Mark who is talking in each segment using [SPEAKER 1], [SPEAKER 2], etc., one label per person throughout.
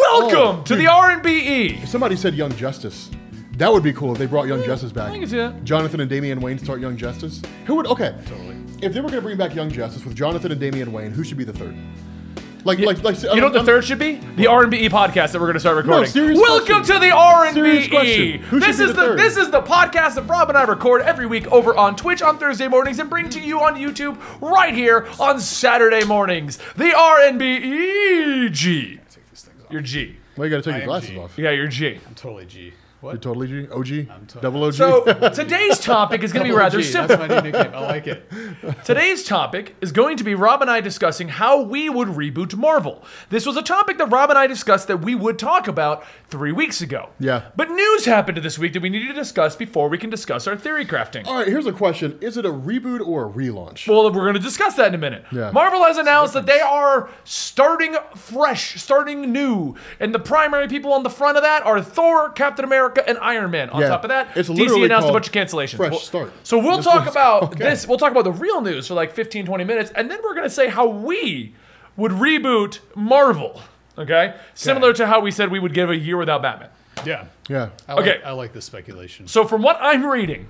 [SPEAKER 1] Welcome to the
[SPEAKER 2] Oh, Dude.
[SPEAKER 1] R&BE.
[SPEAKER 2] Somebody said Young Justice. That would be cool if they brought Young Justice back.
[SPEAKER 1] I can see that.
[SPEAKER 2] Jonathan and Damian Wayne start Young Justice. Who would? Okay. Totally. If they were going to bring back Young Justice with Jonathan and Damian Wayne, who should be the third? Like, like, like.
[SPEAKER 1] You know what the third should be? The R&BE podcast that we're going to start recording.
[SPEAKER 2] Um, serious
[SPEAKER 1] Welcome
[SPEAKER 2] question.
[SPEAKER 1] to the R&BE.
[SPEAKER 2] Serious question. Who
[SPEAKER 1] This
[SPEAKER 2] should be
[SPEAKER 1] is
[SPEAKER 2] the
[SPEAKER 1] the,
[SPEAKER 2] third?
[SPEAKER 1] this is the podcast that Rob and I record every week over on Twitch on Thursday mornings and bring to you on YouTube right here on Saturday mornings. The R&BE E G. Your G.
[SPEAKER 2] Well, you got to take your
[SPEAKER 3] am
[SPEAKER 2] glasses
[SPEAKER 3] G.
[SPEAKER 2] off.
[SPEAKER 1] Yeah, your G.
[SPEAKER 3] Totally G.
[SPEAKER 2] You're
[SPEAKER 3] What?
[SPEAKER 2] totally G. OG. Double OG.
[SPEAKER 1] So today's topic is going
[SPEAKER 2] Oh,
[SPEAKER 1] to be rather
[SPEAKER 3] G,
[SPEAKER 1] simple.
[SPEAKER 3] That's my new nickname. I like it.
[SPEAKER 1] Today's topic is going to be Rob and I discussing how we would reboot Marvel. This was a topic that Rob and I discussed that we would talk about three weeks ago.
[SPEAKER 2] Yeah.
[SPEAKER 1] But news happened this week that we needed to discuss before we can discuss our theory crafting.
[SPEAKER 2] All right. Here's a question: Is it a reboot or a relaunch?
[SPEAKER 1] Well, we're going to discuss that in a minute.
[SPEAKER 2] Yeah.
[SPEAKER 1] Marvel has announced that they are starting fresh, starting new, and the primary people on the front of that are Thor, Captain America, and Iron Man. On
[SPEAKER 2] Yeah.
[SPEAKER 1] top of that,
[SPEAKER 2] It's
[SPEAKER 1] DC
[SPEAKER 2] literally
[SPEAKER 1] announced a
[SPEAKER 2] called
[SPEAKER 1] bunch of cancellations.
[SPEAKER 2] Fresh
[SPEAKER 1] Well-
[SPEAKER 2] Start.
[SPEAKER 1] So we'll
[SPEAKER 2] That's what
[SPEAKER 1] talk
[SPEAKER 2] it's
[SPEAKER 1] about
[SPEAKER 2] called.
[SPEAKER 1] this. We'll talk about the real news for like 15, 20 minutes, and then we're going to say how we would reboot Marvel. Okay, similar to how we said we would give a year without Batman.
[SPEAKER 3] Yeah.
[SPEAKER 2] yeah.
[SPEAKER 3] I like,
[SPEAKER 1] Okay.
[SPEAKER 3] I like this speculation.
[SPEAKER 1] So, from what I'm reading,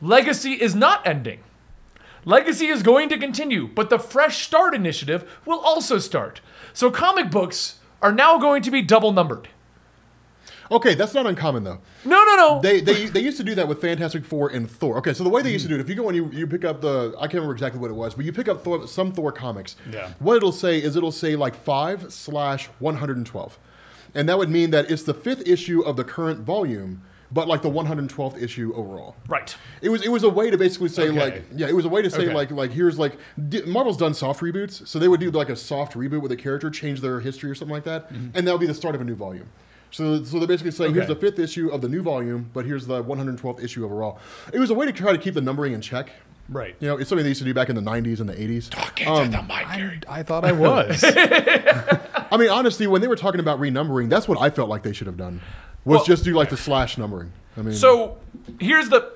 [SPEAKER 1] Legacy is not ending. Legacy is going to continue, but the Fresh Start initiative will also start. So, comic books are now going to be double numbered.
[SPEAKER 2] Okay, that's not uncommon though.
[SPEAKER 1] No, no, no.
[SPEAKER 2] They, they they used to do that with Fantastic Four and Thor. Okay, so the way they used to do it, if you go and you, you pick up the I can't remember exactly what it was, but you pick up Thor, some Thor comics.
[SPEAKER 3] Yeah.
[SPEAKER 2] What it'll say is it'll say like five slash one hundred and twelve, and that would mean that it's the fifth issue of the current volume, but like the one hundred twelfth issue overall.
[SPEAKER 1] right.
[SPEAKER 2] It was it was a way to basically say
[SPEAKER 3] Okay.
[SPEAKER 2] like yeah it was a way to say
[SPEAKER 3] Okay.
[SPEAKER 2] like like here's like di- Marvel's done soft reboots so they would do like a soft reboot with a character change their history or something like that
[SPEAKER 1] Mm-hmm.
[SPEAKER 2] and that would be the start of a new volume. So so they're basically saying here's
[SPEAKER 3] Okay.
[SPEAKER 2] the fifth issue of the new volume but here's the 112th issue overall. It was a way to try to keep the numbering in check.
[SPEAKER 3] right.
[SPEAKER 2] You know it's something they used to do back in the 90s and the 80s.
[SPEAKER 3] I, I thought I was.
[SPEAKER 2] I mean honestly when they were talking about renumbering that's what I felt like they should have done was
[SPEAKER 1] Well-
[SPEAKER 2] just do like the slash numbering. I mean
[SPEAKER 1] So, here's the.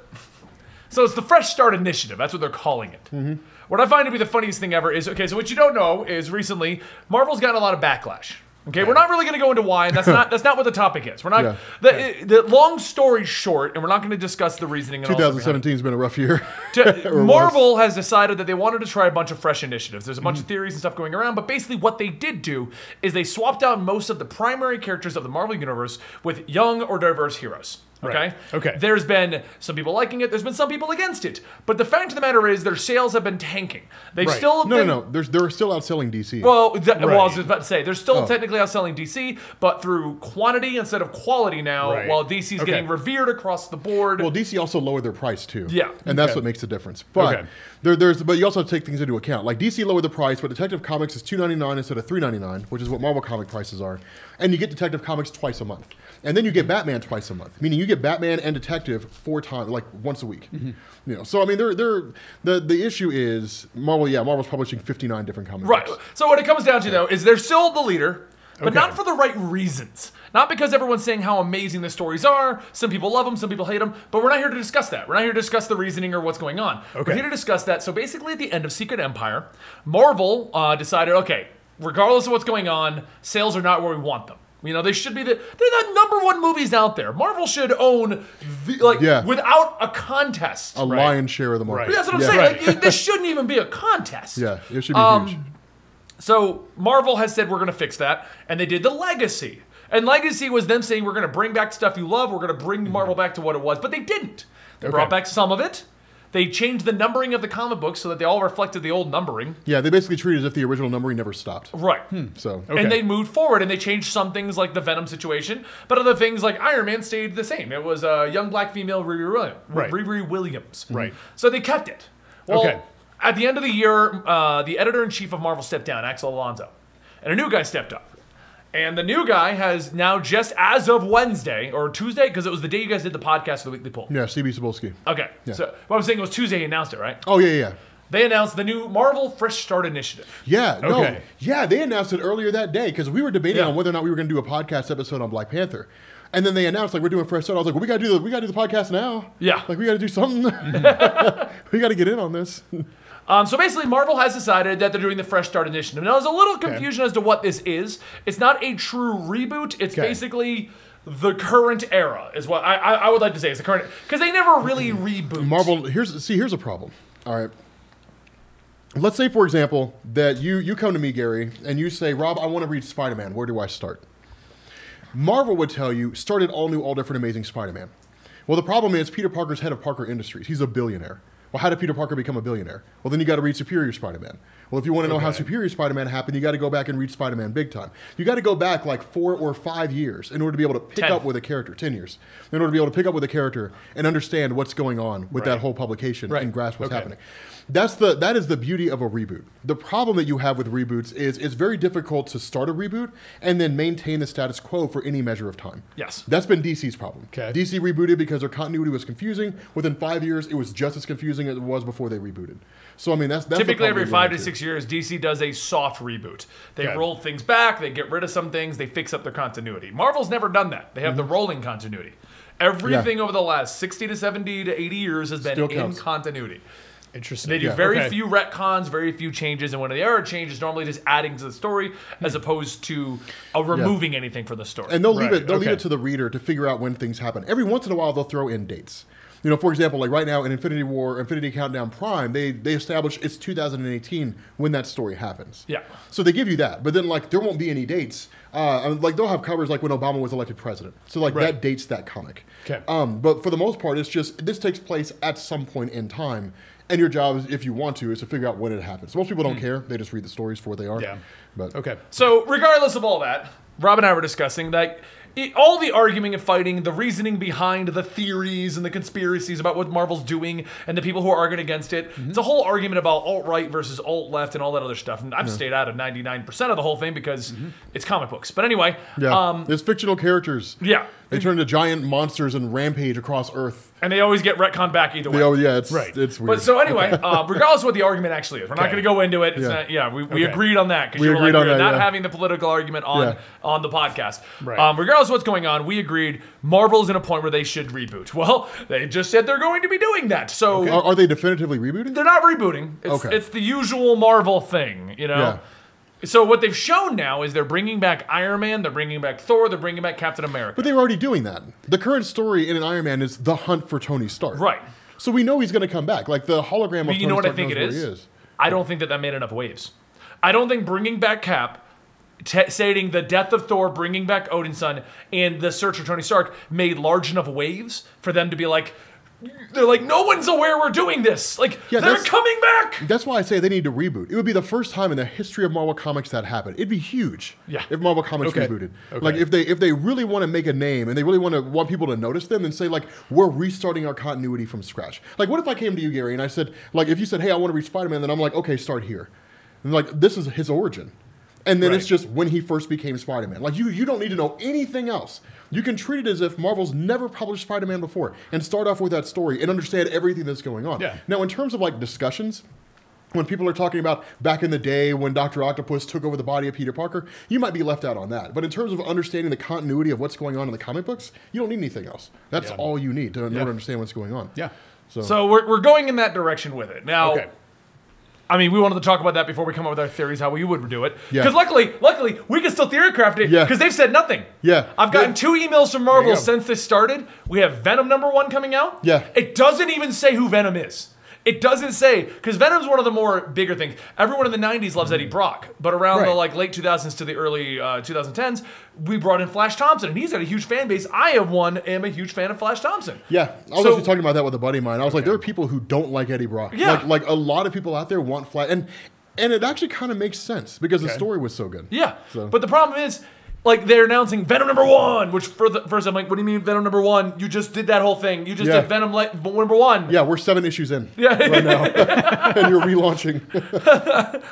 [SPEAKER 1] So, it's the Fresh Start initiative. That's what they're calling it.
[SPEAKER 2] Mm-hmm.
[SPEAKER 1] What I find to be the funniest thing ever is okay, so what you don't know is recently, Marvel's gotten a lot of backlash. Okay, we're not really going to go into why, and that's not that's not what the topic is. We're not
[SPEAKER 2] Yeah.
[SPEAKER 1] the, the long story short, and we're not going to discuss the reasoning. and all that behind it.
[SPEAKER 2] 2017 has been a rough year.
[SPEAKER 1] to,
[SPEAKER 2] was.
[SPEAKER 1] Marvel has decided that they wanted to try a bunch of fresh initiatives. There's a bunch
[SPEAKER 3] Mm-hmm.
[SPEAKER 1] of theories and stuff going around, but basically what they did do is they swapped out most of the primary characters of the Marvel universe with young or diverse heroes. Okay.
[SPEAKER 3] Right. Okay.
[SPEAKER 1] There's been some people liking it. There's been some people against it. But the fact of the matter is, their sales have been tanking. They've
[SPEAKER 3] Right.
[SPEAKER 1] still
[SPEAKER 2] No,
[SPEAKER 1] been,
[SPEAKER 2] no, no. There's, they're still outselling DC.
[SPEAKER 1] Well, that, well, I was
[SPEAKER 3] Right. Oh.
[SPEAKER 1] just about to say they're still technically outselling DC, but through quantity instead of quality now,
[SPEAKER 3] Right.
[SPEAKER 1] while DC's
[SPEAKER 3] Okay.
[SPEAKER 1] getting revered across the board.
[SPEAKER 2] Well, DC also lowered their price too.
[SPEAKER 1] Yeah.
[SPEAKER 2] and that's
[SPEAKER 3] Okay.
[SPEAKER 2] what makes the difference. But
[SPEAKER 3] Okay.
[SPEAKER 2] there, there's but you also have to take things into account. Like DC lowered the price, but Detective Comics is two ninety nine instead of three ninety nine, which is what Marvel comic prices are. And you get Detective Comics twice a month, and then you get Batman twice a month, meaning you get Batman and Detective four times, like once a week.
[SPEAKER 1] Mm-hmm.
[SPEAKER 2] You know, so I mean, they're, they're the the issue is Marvel. Yeah, Marvel's publishing fifty nine different comic
[SPEAKER 1] Right.
[SPEAKER 2] books.
[SPEAKER 1] So what it comes down to though is they're still the leader, but
[SPEAKER 3] Okay.
[SPEAKER 1] not for the right reasons. Not because everyone's saying how amazing the stories are. Some people love them, some people hate them, but we're not here to discuss that. We're not here to discuss the reasoning or what's going on. We're
[SPEAKER 3] Okay.
[SPEAKER 1] here to discuss that. So basically, at the end of Secret Empire, Marvel uh, decided, okay, regardless of what's going on, sales are not where we want them. You know, they should be the they're the number one movies out there. Marvel should own the, like
[SPEAKER 2] Yeah.
[SPEAKER 1] without a contest.
[SPEAKER 2] A lion's share of the market.
[SPEAKER 3] Right.
[SPEAKER 1] That's what I'm
[SPEAKER 2] yeah.
[SPEAKER 1] saying. Um,
[SPEAKER 3] Right.
[SPEAKER 1] Like, this shouldn't even be a contest.
[SPEAKER 2] Yeah, it should be huge.
[SPEAKER 1] So Marvel has said we're going to fix that, and they did the legacy. And legacy was them saying we're going to bring back stuff you love. We're going to bring Marvel back to what it was, but they didn't. They brought back some of it. They changed the numbering of the comic books so that they all reflected the old numbering. Hmm.
[SPEAKER 2] Yeah, they basically treat it as if the original numbering never stopped.
[SPEAKER 1] Right.
[SPEAKER 2] So
[SPEAKER 1] And
[SPEAKER 3] Okay.
[SPEAKER 1] they moved forward and they changed some things like the Venom situation, but other things like Iron Man stayed the same. It was a young black female Riri Williams.
[SPEAKER 3] Right.
[SPEAKER 1] Riri Williams.
[SPEAKER 3] Right.
[SPEAKER 1] So they kept it. Well,
[SPEAKER 3] Okay.
[SPEAKER 1] at the end of the year, uh, the editor in chief of Marvel stepped down, Axel Alonso, and a new guy stepped up. And the new guy has now just as of Wednesday or Tuesday, because it was the day you guys did the podcast of the weekly poll.
[SPEAKER 2] yeah, CB Sobolski.
[SPEAKER 1] Okay. So what I'm saying was Tuesday he announced it, right?
[SPEAKER 2] Oh yeah, yeah.
[SPEAKER 1] They announced the new Marvel Fresh Start initiative.
[SPEAKER 2] Yeah, no,
[SPEAKER 3] Okay.
[SPEAKER 2] yeah, they announced it earlier that day because we were debating
[SPEAKER 1] Yeah.
[SPEAKER 2] on whether or not we were going to do a podcast episode on Black Panther, and then they announced like we're doing fresh start. I was like, well, we got to do the we got to do the podcast now.
[SPEAKER 1] Yeah.
[SPEAKER 2] like we got to do something. we got to get in on this.
[SPEAKER 1] Um, so basically, Marvel has decided that they're doing the Fresh Start Initiative. Now, there's a little confusion as to what this is. It's not a true reboot. It's
[SPEAKER 3] Okay.
[SPEAKER 1] basically the current era, is what I, I, I would like to say is the current because they never really reboot.
[SPEAKER 2] Mm-hmm. Marvel, here's see, here's a problem. All right. Let's say, for example, that you you come to me, Gary, and you say, Rob, I want to read Spider-Man. Where do I start? Marvel would tell you, start at all new, all different, amazing Spider-Man. Well, the problem is Peter Parker's head of Parker Industries. He's a billionaire. Well, how did Peter Parker become a billionaire? Well, then you got to read Superior Spider-Man. Well, if you want to know how Superior Spider-Man happened, you got to go back and read Spider-Man Big Time. You got to go back like four or five years in order to be able to pick
[SPEAKER 1] Ten.
[SPEAKER 2] up with a character. Ten years in order to be able to pick up with a character and understand what's going on with that
[SPEAKER 3] Right.
[SPEAKER 2] whole publication
[SPEAKER 1] Right.
[SPEAKER 2] and grasp what's
[SPEAKER 3] Okay.
[SPEAKER 2] happening. That's the that is the beauty of a reboot. The problem that you have with reboots is it's very difficult to start a reboot and then maintain the status quo for any measure of time.
[SPEAKER 1] Yes.
[SPEAKER 2] That's been DC's problem.
[SPEAKER 3] Okay.
[SPEAKER 2] DC rebooted because their continuity was confusing. Within five years, it was just as confusing as it was before they rebooted. So I mean, that's that's the
[SPEAKER 1] Typically,
[SPEAKER 2] problem
[SPEAKER 1] every
[SPEAKER 2] you
[SPEAKER 1] five
[SPEAKER 2] run
[SPEAKER 1] to
[SPEAKER 2] into.
[SPEAKER 1] six years, DC does a soft reboot. They
[SPEAKER 3] Okay.
[SPEAKER 1] roll things back, they get rid of some things, they fix up their continuity. Marvel's never done that. They have
[SPEAKER 2] Mm-hmm.
[SPEAKER 1] the rolling continuity. Everything over the last 60 to 70 to 80 years has been
[SPEAKER 2] Still
[SPEAKER 1] in
[SPEAKER 2] counts.
[SPEAKER 1] continuity.
[SPEAKER 3] Interesting.
[SPEAKER 1] They do
[SPEAKER 3] Yeah.
[SPEAKER 1] very
[SPEAKER 3] Okay.
[SPEAKER 1] few retcons, very few changes, and when they are a change, it's normally just adding to the story as opposed to uh, removing anything from the story.
[SPEAKER 2] and they'll leave
[SPEAKER 3] Right,
[SPEAKER 2] it. They'll leave it
[SPEAKER 3] okay.
[SPEAKER 2] to the reader to figure out when things happen. Every once in a while, they'll throw in dates. You know, for example, like right now in Infinity War, Infinity Countdown Prime, they they establish it's 2018 when that story happens.
[SPEAKER 1] Yeah.
[SPEAKER 2] So they give you that, but then like there won't be any dates. Uh, I mean, like they'll have covers like when Obama was elected president. So like that dates that comic.
[SPEAKER 3] 'Kay.
[SPEAKER 2] Um, but for the most part, it's just this takes place at some point in time. And your job, is, if you want to, is to figure out when it happens. Most people don't care; they just read the stories for what they are.
[SPEAKER 3] Hmm. Yeah.
[SPEAKER 2] But
[SPEAKER 3] Okay.
[SPEAKER 1] So, regardless of all that, Rob and I were discussing that it, all the arguing and fighting, the reasoning behind the theories and the conspiracies about what Marvel's doing and the people who are arguing against it, it's a whole argument about alt right versus alt left and all that other stuff. And I've stayed out of 99% of the whole thing because it's comic books. But anyway,
[SPEAKER 2] Yeah.
[SPEAKER 1] um,
[SPEAKER 2] There's fictional characters.
[SPEAKER 1] Yeah.
[SPEAKER 2] They turn into giant monsters and rampage across Earth.
[SPEAKER 1] and they always get retcon back either way.
[SPEAKER 2] They, oh yeah, it's
[SPEAKER 3] Right.
[SPEAKER 2] it's weird.
[SPEAKER 1] But so anyway, uh, regardless of what the argument actually is, we're not
[SPEAKER 3] Okay.
[SPEAKER 1] going to go into it. It's
[SPEAKER 2] Yeah.
[SPEAKER 1] not, yeah, we, we
[SPEAKER 3] Okay.
[SPEAKER 1] agreed on that because
[SPEAKER 2] We
[SPEAKER 1] you were like,
[SPEAKER 2] agreed on
[SPEAKER 1] we're
[SPEAKER 2] that,
[SPEAKER 1] not
[SPEAKER 2] yeah.
[SPEAKER 1] having the political argument on
[SPEAKER 2] Yeah.
[SPEAKER 1] on the podcast.
[SPEAKER 3] Right.
[SPEAKER 1] Um, regardless of what's going on, we agreed Marvel's in a point where they should reboot. Well, they just said they're going to be doing that, so
[SPEAKER 2] are, are they definitively rebooting?
[SPEAKER 1] they're not rebooting. It's,
[SPEAKER 2] Okay.
[SPEAKER 1] it's the usual Marvel thing, you know.
[SPEAKER 2] Yeah.
[SPEAKER 1] So what they've shown now is they're bringing back Iron Man, they're bringing back Thor, they're bringing back Captain America.
[SPEAKER 2] But they were already doing that. The current story in an Iron Man is the hunt for Tony Stark.
[SPEAKER 1] Right.
[SPEAKER 2] So we know he's going to come back. Like the hologram of
[SPEAKER 1] But
[SPEAKER 2] Tony
[SPEAKER 1] you know what I
[SPEAKER 2] Stark
[SPEAKER 1] think
[SPEAKER 2] knows
[SPEAKER 1] it
[SPEAKER 2] where
[SPEAKER 1] is?
[SPEAKER 2] He is.
[SPEAKER 1] I don't think that that made enough waves. I don't think bringing back Cap, t- stating the death of Thor, bringing back Odin's son, and the search for Tony Stark made large enough waves for them to be like, they're like, no one's aware we're doing this. Like,
[SPEAKER 2] Yeah,
[SPEAKER 1] they're
[SPEAKER 2] that's-
[SPEAKER 1] coming back.
[SPEAKER 2] That's why I say they need to reboot. It would be the first time in the history of Marvel Comics that happened. It'd be huge.
[SPEAKER 1] Yeah.
[SPEAKER 2] If Marvel Comics
[SPEAKER 3] Okay.
[SPEAKER 2] rebooted,
[SPEAKER 3] Okay.
[SPEAKER 2] like if they if they really want to make a name and they really want to want people to notice them, then say like we're restarting our continuity from scratch. Like what if I came to you, Gary, and I said like if you said hey I want to read Spider Man, then I'm like okay start here, and like this is his origin. And then it's
[SPEAKER 3] Right.
[SPEAKER 2] just when he first became Spider-Man. Like you, you don't need to know anything else. You can treat it as if Marvel's never published Spider-Man before, and start off with that story and understand everything that's going on.
[SPEAKER 3] Yeah.
[SPEAKER 2] Now, in terms of like discussions, when people are talking about back in the day when Dr. Octopus took over the body of Peter Parker, you might be left out on that. But in terms of understanding the continuity of what's going on in the comic books, you don't need anything else. That's
[SPEAKER 3] Yeah.
[SPEAKER 2] all you need to, in order
[SPEAKER 3] Yeah.
[SPEAKER 2] to understand what's going on.
[SPEAKER 3] Yeah.
[SPEAKER 2] So,
[SPEAKER 1] So we're, we're going in that direction with it. Now,
[SPEAKER 3] Okay.
[SPEAKER 1] I mean, we wanted to talk about that before we come up with our theories how we would do it.
[SPEAKER 2] Yeah.
[SPEAKER 1] Because luckily, luckily, we can still theorycraft it
[SPEAKER 2] Yeah.
[SPEAKER 1] because they've said nothing.
[SPEAKER 2] Yeah.
[SPEAKER 1] I've gotten two emails from
[SPEAKER 2] you
[SPEAKER 1] Marvel
[SPEAKER 2] go.
[SPEAKER 1] since this started. We have Venom number one coming out.
[SPEAKER 2] Yeah.
[SPEAKER 1] It doesn't even say who Venom is. It doesn't say because Venom's one of the more bigger things. Everyone in the '90s loves Eddie Brock, but around the
[SPEAKER 3] Right.
[SPEAKER 1] like late 2000s to the early uh, 2010s, we brought in Flash Thompson, and he's got a huge fan base. I have one, am a huge fan of Flash Thompson.
[SPEAKER 2] yeah, I was
[SPEAKER 1] So-
[SPEAKER 2] actually talking about that with a buddy of mine. I was like, there are people who don't like Eddie Brock.
[SPEAKER 1] Yeah.
[SPEAKER 2] Like, like a lot of people out there want Flash. And, and it actually kind of makes sense because the
[SPEAKER 3] Okay.
[SPEAKER 2] story was so good.
[SPEAKER 1] Yeah.
[SPEAKER 2] So-
[SPEAKER 1] But the problem is, like, they're announcing Venom number one, which for the first, I'm like, what do you mean Venom number one? You just did that whole thing. You just
[SPEAKER 2] Yeah.
[SPEAKER 1] did Venom like, number one.
[SPEAKER 2] Yeah, we're seven issues in
[SPEAKER 1] Yeah.
[SPEAKER 2] right now, and you're relaunching.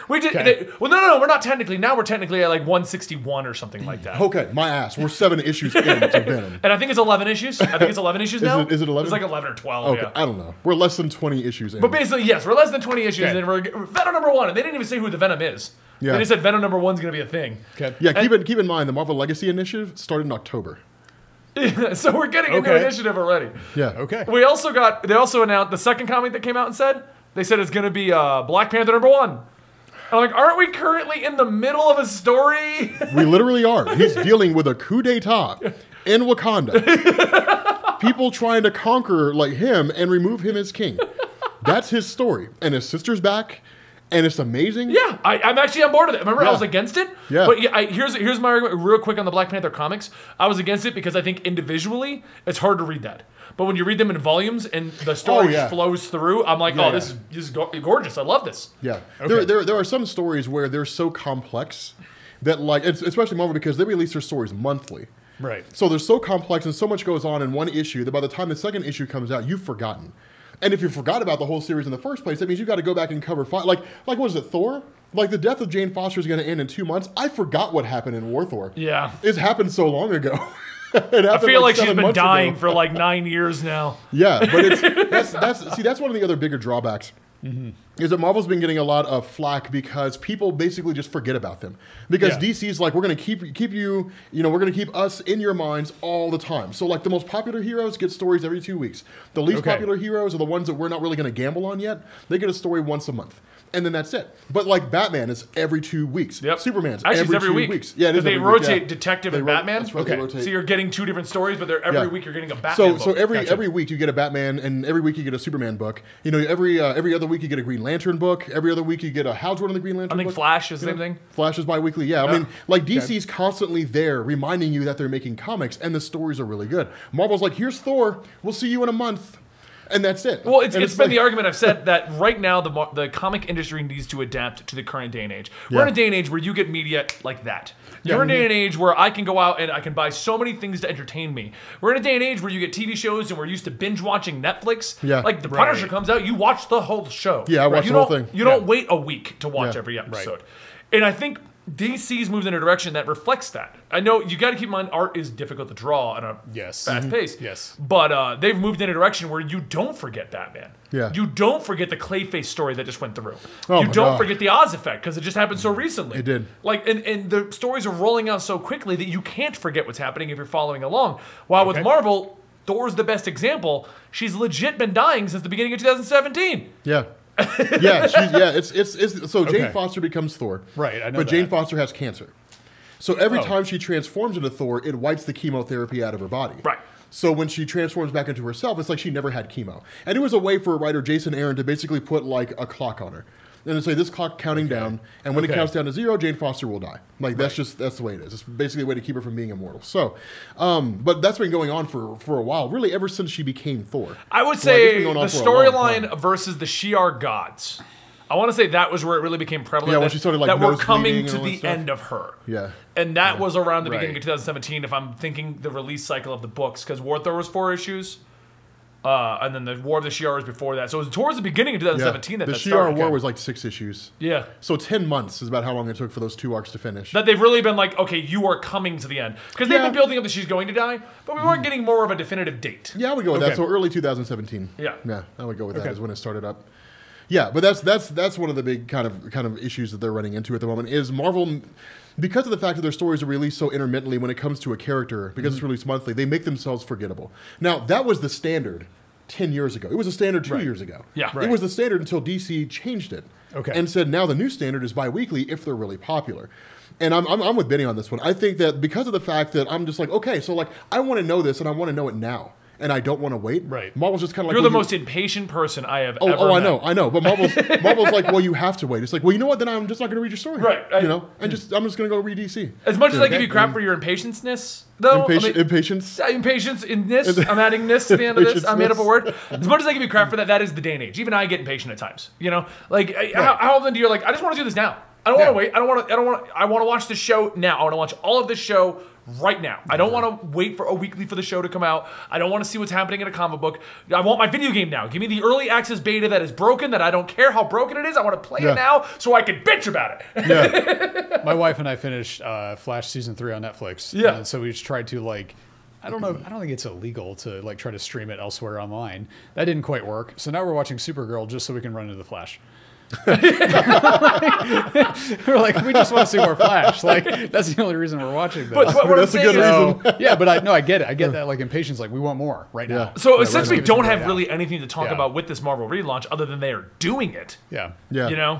[SPEAKER 1] We did.
[SPEAKER 3] Okay.
[SPEAKER 1] They, well, no, no, no. We're not technically. Now we're technically at like 161 or something like that.
[SPEAKER 2] Okay, my ass, we're seven issues in to Venom.
[SPEAKER 1] And I think it's 11 issues. I think it's 11 issues now.
[SPEAKER 2] it- is it 11?
[SPEAKER 1] It's like 11 or 12.
[SPEAKER 2] Okay,
[SPEAKER 1] Yeah.
[SPEAKER 2] I don't know. We're less than twenty issues in.
[SPEAKER 1] But basically, yes, we're less than 20 issues,
[SPEAKER 3] Okay.
[SPEAKER 1] and we're Venom number one, and they didn't even say who the Venom is.
[SPEAKER 2] Yeah.
[SPEAKER 1] They just said Venom number one's gonna be a thing.
[SPEAKER 3] Okay.
[SPEAKER 2] yeah, keep in keep in mind the Marvel Legacy Initiative started in October.
[SPEAKER 1] so we're getting into
[SPEAKER 3] Okay.
[SPEAKER 1] initiative already.
[SPEAKER 2] Yeah.
[SPEAKER 3] Okay.
[SPEAKER 1] We also got they also announced the second comic that came out and said They said it's going to be uh, Black Panther number one. I'm like, aren't we currently in the middle of a story?
[SPEAKER 2] We literally are. He's dealing with a coup d'etat in Wakanda. People trying to conquer like him and remove him as king. That's his story. And his sister's back, and it's amazing.
[SPEAKER 1] Yeah, I, I'm actually on board with it. Remember, I
[SPEAKER 2] Yeah.
[SPEAKER 1] was against it.
[SPEAKER 2] Yeah.
[SPEAKER 1] But yeah, I, here's here's my argument, real quick on the Black Panther comics. I was against it because I think individually it's hard to read that. But when you read them in volumes and the story
[SPEAKER 2] Oh, yeah.
[SPEAKER 1] just flows through, I'm like,
[SPEAKER 2] Yeah,
[SPEAKER 1] oh, this is
[SPEAKER 2] yeah.
[SPEAKER 1] this is go- gorgeous. I love this.
[SPEAKER 2] Yeah.
[SPEAKER 3] Okay.
[SPEAKER 2] There, there, there are some stories where they're so complex that, like, it's, especially Marvel because they release their stories monthly.
[SPEAKER 3] Right.
[SPEAKER 2] So they're so complex and so much goes on in one issue that by the time the second issue comes out, you've forgotten. And if you forgot about the whole series in the first place, that means you got to go back and cover fi- like like what is it Thor? Like the death of Jane Foster is going to end in two months. I forgot what happened in War Thor.
[SPEAKER 1] Yeah.
[SPEAKER 2] it's happened so long ago. I
[SPEAKER 1] I feel like, she's been dying for like nine years now.
[SPEAKER 2] Yeah, but it's that's, that's see that's one of the other bigger drawbacks.
[SPEAKER 1] Mm-hmm.
[SPEAKER 2] Is that Marvel's been getting a lot of flack because people basically just forget about them because
[SPEAKER 3] Yeah.
[SPEAKER 2] DC's like we're gonna keep keep you you know we're gonna keep us in your minds all the time. So like the most popular heroes get stories every two weeks. The least
[SPEAKER 3] Okay.
[SPEAKER 2] popular heroes are the ones that we're not really gonna gamble on yet. They get a story once a month. And then that's it. But like Batman is every two weeks.
[SPEAKER 1] Yep.
[SPEAKER 2] Superman's
[SPEAKER 1] Actually,
[SPEAKER 2] every
[SPEAKER 1] it's every
[SPEAKER 2] two
[SPEAKER 1] week.
[SPEAKER 2] weeks. Yeah, it is
[SPEAKER 1] Because they
[SPEAKER 2] every week, yeah.
[SPEAKER 1] rotate Detective
[SPEAKER 2] They
[SPEAKER 1] and
[SPEAKER 2] ro-
[SPEAKER 1] Batman.
[SPEAKER 2] that's right, they
[SPEAKER 3] Okay.
[SPEAKER 2] rotate.
[SPEAKER 1] So you're getting two different stories, but they're every
[SPEAKER 2] Yeah.
[SPEAKER 1] week you're getting a Batman.
[SPEAKER 2] So, so
[SPEAKER 1] book.
[SPEAKER 2] every
[SPEAKER 3] Gotcha.
[SPEAKER 2] every week you get a Batman, and every week you get a Superman book. You know, every uh, every other week you get a Green Lantern book. Every other week you get a Hal Jordan the Green
[SPEAKER 1] I
[SPEAKER 2] Lantern.
[SPEAKER 1] think
[SPEAKER 2] book.
[SPEAKER 1] Flash is the same thing.
[SPEAKER 2] Flash is biweekly. Yeah, I mean, like DC's constantly there reminding you that they're making comics, and the stories are really good. Marvel's like, here's Thor. We'll see you in a month, and that's it.
[SPEAKER 1] Well, it's,
[SPEAKER 2] And
[SPEAKER 1] it's been
[SPEAKER 2] like-
[SPEAKER 1] the argument I've said that right now the mar- the comic industry needs to adapt to the current day and age. We're in a
[SPEAKER 2] Yeah.
[SPEAKER 1] day and age where you get media like that.
[SPEAKER 2] Yeah.
[SPEAKER 1] You're in a day and age where I can go out and I can buy so many things to entertain me. We're in a day and age where you get TV shows and we're used to binge watching Netflix.
[SPEAKER 2] Yeah.
[SPEAKER 1] Like The
[SPEAKER 3] Right.
[SPEAKER 1] Punisher comes out, you watch the whole show.
[SPEAKER 2] Yeah, I watched
[SPEAKER 1] you
[SPEAKER 2] the whole
[SPEAKER 1] don't-
[SPEAKER 2] thing.
[SPEAKER 1] You
[SPEAKER 3] Yeah.
[SPEAKER 1] don't wait a week to watch
[SPEAKER 2] Yeah.
[SPEAKER 1] every episode. And I think DC's moved in a direction that reflects that. I know you got to keep in mind art is difficult to draw on a
[SPEAKER 3] Yes.
[SPEAKER 2] Mm-hmm.
[SPEAKER 1] fast pace.
[SPEAKER 3] Yes.
[SPEAKER 1] But uh, they've moved in a direction where you don't forget Batman.
[SPEAKER 2] Yeah.
[SPEAKER 1] You don't forget the Clayface story that just went through.
[SPEAKER 2] Oh
[SPEAKER 1] you
[SPEAKER 2] my
[SPEAKER 1] don't
[SPEAKER 2] God. Mm-hmm.
[SPEAKER 1] forget the Oz effect because it just happened so recently.
[SPEAKER 2] It did.
[SPEAKER 1] Like, and, and the stories are rolling out so quickly that you can't forget what's happening if you're following along. While
[SPEAKER 3] Okay.
[SPEAKER 1] with Marvel, Thor's the best example. She's legit been dying since the beginning of 2017.
[SPEAKER 2] yeah. yeah, she's, yeah, it's it's it's so Jane
[SPEAKER 3] Okay.
[SPEAKER 2] Foster becomes Thor.
[SPEAKER 3] Right, I know
[SPEAKER 2] But Jane
[SPEAKER 3] that.
[SPEAKER 2] Foster has cancer. So every
[SPEAKER 3] Oh.
[SPEAKER 2] time she transforms into Thor, it wipes the chemotherapy out of her body.
[SPEAKER 1] Right.
[SPEAKER 2] So when she transforms back into herself, it's like she never had chemo. And it was a way for writer Jason Aaron to basically put like a clock on her. And to say this clock counting down, and when it
[SPEAKER 3] Okay.
[SPEAKER 2] counts down to zero, Jane Foster will die. Like that's just that's the way it is. It's basically a way to keep her from being immortal. So, um, but that's been going on for for a while, really ever since she became Thor.
[SPEAKER 1] I would
[SPEAKER 2] Well, guess
[SPEAKER 1] say
[SPEAKER 2] we've been going
[SPEAKER 1] the
[SPEAKER 2] on for a long time.
[SPEAKER 1] storyline versus the Shi'ar gods. I want to say that was where it really became prevalent.
[SPEAKER 2] Yeah, when
[SPEAKER 1] that,
[SPEAKER 2] she started, like,
[SPEAKER 1] that we're
[SPEAKER 2] nose
[SPEAKER 1] coming
[SPEAKER 2] bleeding
[SPEAKER 1] to
[SPEAKER 2] and all
[SPEAKER 1] the
[SPEAKER 2] that stuff.
[SPEAKER 1] end of her.
[SPEAKER 2] Yeah.
[SPEAKER 1] and that was around the beginning
[SPEAKER 3] Right.
[SPEAKER 1] of 2017, if I'm thinking the release cycle of the books, because War Thor was four issues, uh, and then the War of the Shi'ar was before that. So it was towards the beginning of
[SPEAKER 2] Yeah.
[SPEAKER 1] 2017 that
[SPEAKER 2] the
[SPEAKER 1] that
[SPEAKER 2] Shi'ar
[SPEAKER 1] started.
[SPEAKER 2] War was like six issues.
[SPEAKER 1] yeah,
[SPEAKER 2] So ten months is about how long it took for those two arcs to finish.
[SPEAKER 1] that they've really been like, okay, you are coming to the end, because they've
[SPEAKER 2] Yeah. Mm-hmm.
[SPEAKER 1] been building up that she's going to die, but we weren't getting more of a definitive date.
[SPEAKER 2] yeah, I would go with
[SPEAKER 3] Okay.
[SPEAKER 2] that. So early 2017.
[SPEAKER 1] Yeah.
[SPEAKER 2] yeah, I would go with that.
[SPEAKER 3] Okay.
[SPEAKER 2] Is when it started up. Yeah, but that's that's that's one of the big kind of kind of issues that they're running into at the moment is Marvel. Because of the fact that their stories are released so intermittently when it comes to a character, because
[SPEAKER 1] Mm-hmm.
[SPEAKER 2] it's released monthly, they make themselves forgettable. Now, that was the standard 10 years ago. It was a standard two years ago.
[SPEAKER 1] Yeah.
[SPEAKER 2] It
[SPEAKER 1] Right.
[SPEAKER 2] was the standard until DC changed it.
[SPEAKER 3] Okay.
[SPEAKER 2] And said now the new standard is biweekly if they're really popular. And I'm, I'm, I'm with Benny on this one. I think that because of the fact that I'm just like, okay, so like I want to know this and I want to know it now. And I don't want to wait.
[SPEAKER 3] Right.
[SPEAKER 2] Marvel's just kind of like
[SPEAKER 1] You're
[SPEAKER 2] well,
[SPEAKER 1] the
[SPEAKER 2] you-
[SPEAKER 1] most impatient person I have
[SPEAKER 2] Oh,
[SPEAKER 1] ever.
[SPEAKER 2] oh I
[SPEAKER 1] met.
[SPEAKER 2] know, I know. But Marvel's Marvel's like, well, you have to wait. It's like, well, you know what? Then I'm just not going to read your story.
[SPEAKER 1] Right, I-
[SPEAKER 2] you know, and just I'm just going to go read DC.
[SPEAKER 1] As much as I give
[SPEAKER 2] Okay.
[SPEAKER 1] you crap for your impatientness, though, I
[SPEAKER 2] Impatient,
[SPEAKER 1] mean-
[SPEAKER 2] impatience.
[SPEAKER 1] Uh, impatience in this. I'm adding this to the end of this. I made up a
[SPEAKER 2] Impatience-ness.
[SPEAKER 1] word. As much as I give you crap for that, that is the day and age. Even I get impatient at times. You know, like I, how, how often do you like? I just want to do this now. I don't want to
[SPEAKER 3] Yeah.
[SPEAKER 1] wait. I don't want to. I don't want. I want to watch the show now. I want to watch all of this show right now. I don't want to wait for a weekly for the show to come out. I don't want to see what's happening in a comic book. I want my video game now. Give me the early access beta that is broken. That I don't care how broken it is. I want to play
[SPEAKER 2] Yeah.
[SPEAKER 1] it now so I can bitch about it.
[SPEAKER 2] Yeah,
[SPEAKER 3] My wife and I finished uh, Flash season three on Netflix.
[SPEAKER 1] Yeah.
[SPEAKER 3] And so we just tried to like, I don't know. I don't think it's illegal to like try to stream it elsewhere online. That didn't quite work. So now we're watching Supergirl just so we can run into the Flash. we're like, we just want to see more Flash. Like that's the only reason we're watching this.
[SPEAKER 1] But what, what I'm
[SPEAKER 2] That's a
[SPEAKER 1] saying
[SPEAKER 2] good
[SPEAKER 1] is,
[SPEAKER 2] reason.
[SPEAKER 3] So, yeah, but I no, I get it. I get that like impatience. Like we want more right now.
[SPEAKER 2] Yeah.
[SPEAKER 1] so
[SPEAKER 2] Yeah,
[SPEAKER 1] since
[SPEAKER 2] right.
[SPEAKER 1] we don't have
[SPEAKER 3] Yeah.
[SPEAKER 1] really anything to talk
[SPEAKER 3] Yeah.
[SPEAKER 1] about with this Marvel relaunch, other than they are doing it,
[SPEAKER 3] Yeah.
[SPEAKER 2] Yeah.
[SPEAKER 1] you know,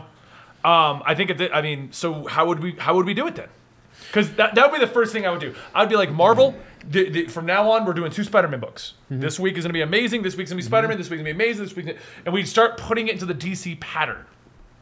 [SPEAKER 1] um, I think. It, I mean, so how would we how would we do it then? Because that, that would be the first thing I would do. I'd be like Marvel. The, the, from now on, we're doing two Spider-Man books. This week is going to be amazing. This week's going to be Spider-Man. This week's going to be amazing. This week, and we start putting it into the DC pattern.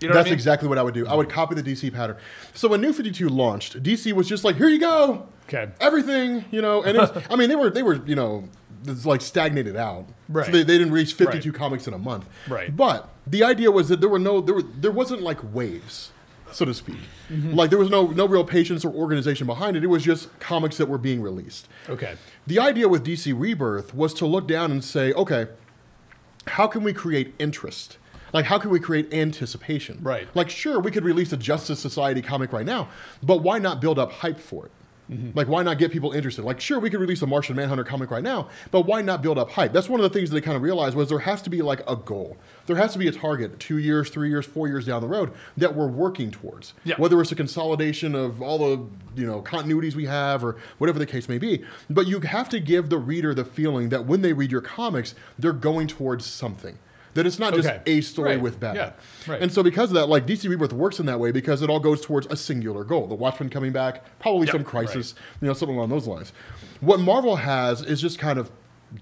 [SPEAKER 1] You know
[SPEAKER 2] That's
[SPEAKER 1] what I mean?
[SPEAKER 2] exactly what I would do. I would copy the DC pattern. So when New 52 launched, DC was just like, here you go.
[SPEAKER 3] Okay.
[SPEAKER 2] Everything, you know, and it was, I mean, they were, they were, you know, it's like stagnated out.
[SPEAKER 3] Right.
[SPEAKER 2] So they, they didn't reach 52
[SPEAKER 3] Right.
[SPEAKER 2] comics in a month.
[SPEAKER 3] Right.
[SPEAKER 2] But the idea was that there were no, there, were, there wasn't like waves, so to speak.
[SPEAKER 3] Mm-hmm.
[SPEAKER 2] Like there was no, no real patience or organization behind it. It was just comics that were being released.
[SPEAKER 3] Okay.
[SPEAKER 2] The idea with DC Rebirth was to look down and say, okay, how can we create interest? Like, how can we create anticipation?
[SPEAKER 3] Right.
[SPEAKER 2] Like, sure, we could release a Justice Society comic right now, but why not build up hype for it?
[SPEAKER 3] Mm-hmm.
[SPEAKER 2] Like, why not get people interested? Like, sure, we could release a Martian Manhunter comic right now, but why not build up hype? That's one of the things that they kind of realized was there has to be like a goal. There has to be a target two years, three years, four years down the road that we're working towards.
[SPEAKER 1] Yeah.
[SPEAKER 2] Whether it's a consolidation of all the you know continuities we have or whatever the case may be, but you have to give the reader the feeling that when they read your comics, they're going towards something. That it's not just
[SPEAKER 3] Okay.
[SPEAKER 2] a story
[SPEAKER 3] Right.
[SPEAKER 2] with Batman.
[SPEAKER 3] Yeah. Right.
[SPEAKER 2] And so because of that, like DC Rebirth works in that way because it all goes towards a singular goal. The Watchmen coming back, probably
[SPEAKER 1] Yeah,
[SPEAKER 2] some crisis, you know, something along those lines. What Marvel has is just kind of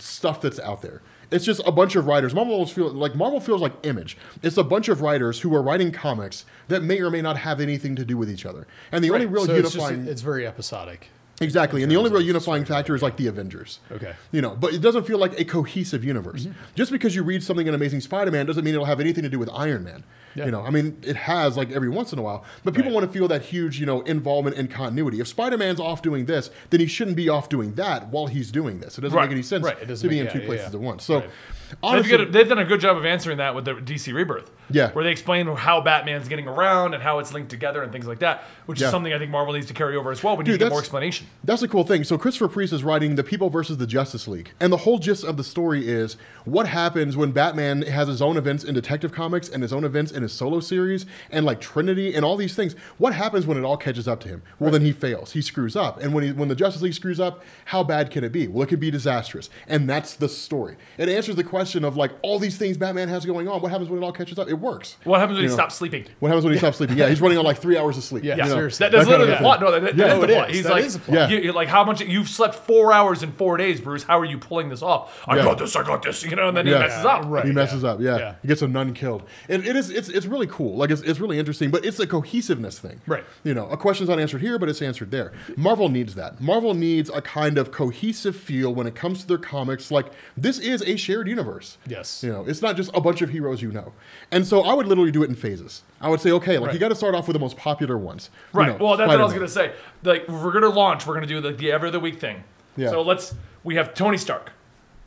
[SPEAKER 2] stuff that's out there. It's just a bunch of writers. Marvel almost feel like Marvel feels like Image. It's a bunch of writers who are writing comics that may or may not have anything to do with each other. And the only real
[SPEAKER 3] so it's, just,
[SPEAKER 2] unifying
[SPEAKER 3] it's very episodic.
[SPEAKER 2] Exactly. And the only real unifying factor is like the Avengers.
[SPEAKER 3] Okay.
[SPEAKER 2] You know, but it doesn't feel like a cohesive universe.
[SPEAKER 3] Mm-hmm.
[SPEAKER 2] Just because you read something in Amazing Spider Man doesn't mean it'll have anything to do with Iron Man.
[SPEAKER 3] Yeah.
[SPEAKER 2] You know, I mean, it has like every once in a while, but people
[SPEAKER 3] Right.
[SPEAKER 2] want to feel that huge, you know, involvement and continuity. If Spider Man's off doing this, then he shouldn't be off doing that while he's doing this. It doesn't
[SPEAKER 1] Right.
[SPEAKER 2] make any sense
[SPEAKER 3] Right. It doesn't
[SPEAKER 2] to be
[SPEAKER 3] make-
[SPEAKER 2] in two
[SPEAKER 3] yeah,
[SPEAKER 2] places
[SPEAKER 3] yeah.
[SPEAKER 2] at once. So,
[SPEAKER 3] Right.
[SPEAKER 1] They've,
[SPEAKER 2] honestly,
[SPEAKER 1] got a- they've done a good job of answering that with the DC Rebirth.
[SPEAKER 2] Yeah.
[SPEAKER 1] Where they explain how Batman's getting around and how it's linked together and things like that, which
[SPEAKER 2] Yeah.
[SPEAKER 1] is something I think Marvel needs to carry over as well. We need
[SPEAKER 2] Dude,
[SPEAKER 1] to get more
[SPEAKER 2] that's-
[SPEAKER 1] explanation.
[SPEAKER 2] That's a cool thing. So Christopher Priest is writing The People versus the Justice League. And the whole gist of the story is what happens when Batman has his own events in Detective Comics and his own events in his solo series and like Trinity and all these things. What happens when it all catches up to him? Well, then he fails. He screws up. And when he when the Justice League screws up, how bad can it be? Well, it could be disastrous. And that's the story. It answers the question of like all these things Batman has going on. What happens when it all catches up? It works.
[SPEAKER 1] What happens when
[SPEAKER 2] You
[SPEAKER 1] he
[SPEAKER 2] know.
[SPEAKER 1] stops sleeping?
[SPEAKER 2] What happens when he stops sleeping? Yeah, he's running on like three hours of sleep.
[SPEAKER 3] Yeah,
[SPEAKER 1] Yeah,
[SPEAKER 2] you know.
[SPEAKER 3] seriously.
[SPEAKER 1] that, that's
[SPEAKER 2] That kind of
[SPEAKER 1] literally the
[SPEAKER 2] thing. Oh,
[SPEAKER 1] plot. No, that, that-
[SPEAKER 3] Yeah,
[SPEAKER 1] that is
[SPEAKER 3] it
[SPEAKER 1] the plot.
[SPEAKER 3] is.
[SPEAKER 1] He's
[SPEAKER 3] That
[SPEAKER 1] like,
[SPEAKER 3] is the plot.
[SPEAKER 1] you- you're like, how much you've slept four hours in four days, Bruce? How are you pulling this off? I
[SPEAKER 2] Yeah.
[SPEAKER 1] got this. I got this. You know, and then
[SPEAKER 2] Yeah.
[SPEAKER 1] he messes up.
[SPEAKER 3] Right.
[SPEAKER 2] He messes
[SPEAKER 3] yeah.
[SPEAKER 2] up. Yeah.
[SPEAKER 3] Yeah.
[SPEAKER 2] he gets a nun killed. It, it is. It's it's really cool. Like it's, it's really interesting. But it's a cohesiveness thing.
[SPEAKER 3] Right.
[SPEAKER 2] You know, a question's not answered here, but it's answered there. Marvel needs that. Marvel needs a kind of cohesive feel when it comes to their comics. Like this is a shared universe.
[SPEAKER 3] Yes.
[SPEAKER 2] You know, it's not just a bunch of heroes you know. And so I would literally do it in phases. I would say, okay, like you
[SPEAKER 1] Right.
[SPEAKER 2] got to start off with the most popular ones. You
[SPEAKER 1] Right.
[SPEAKER 2] know,
[SPEAKER 1] well, that's what I was
[SPEAKER 2] Spider-Man.
[SPEAKER 1] gonna say. Like, if we're gonna launch. We're gonna do the, the every other week thing.
[SPEAKER 2] Yeah.
[SPEAKER 1] So let's. We have Tony Stark.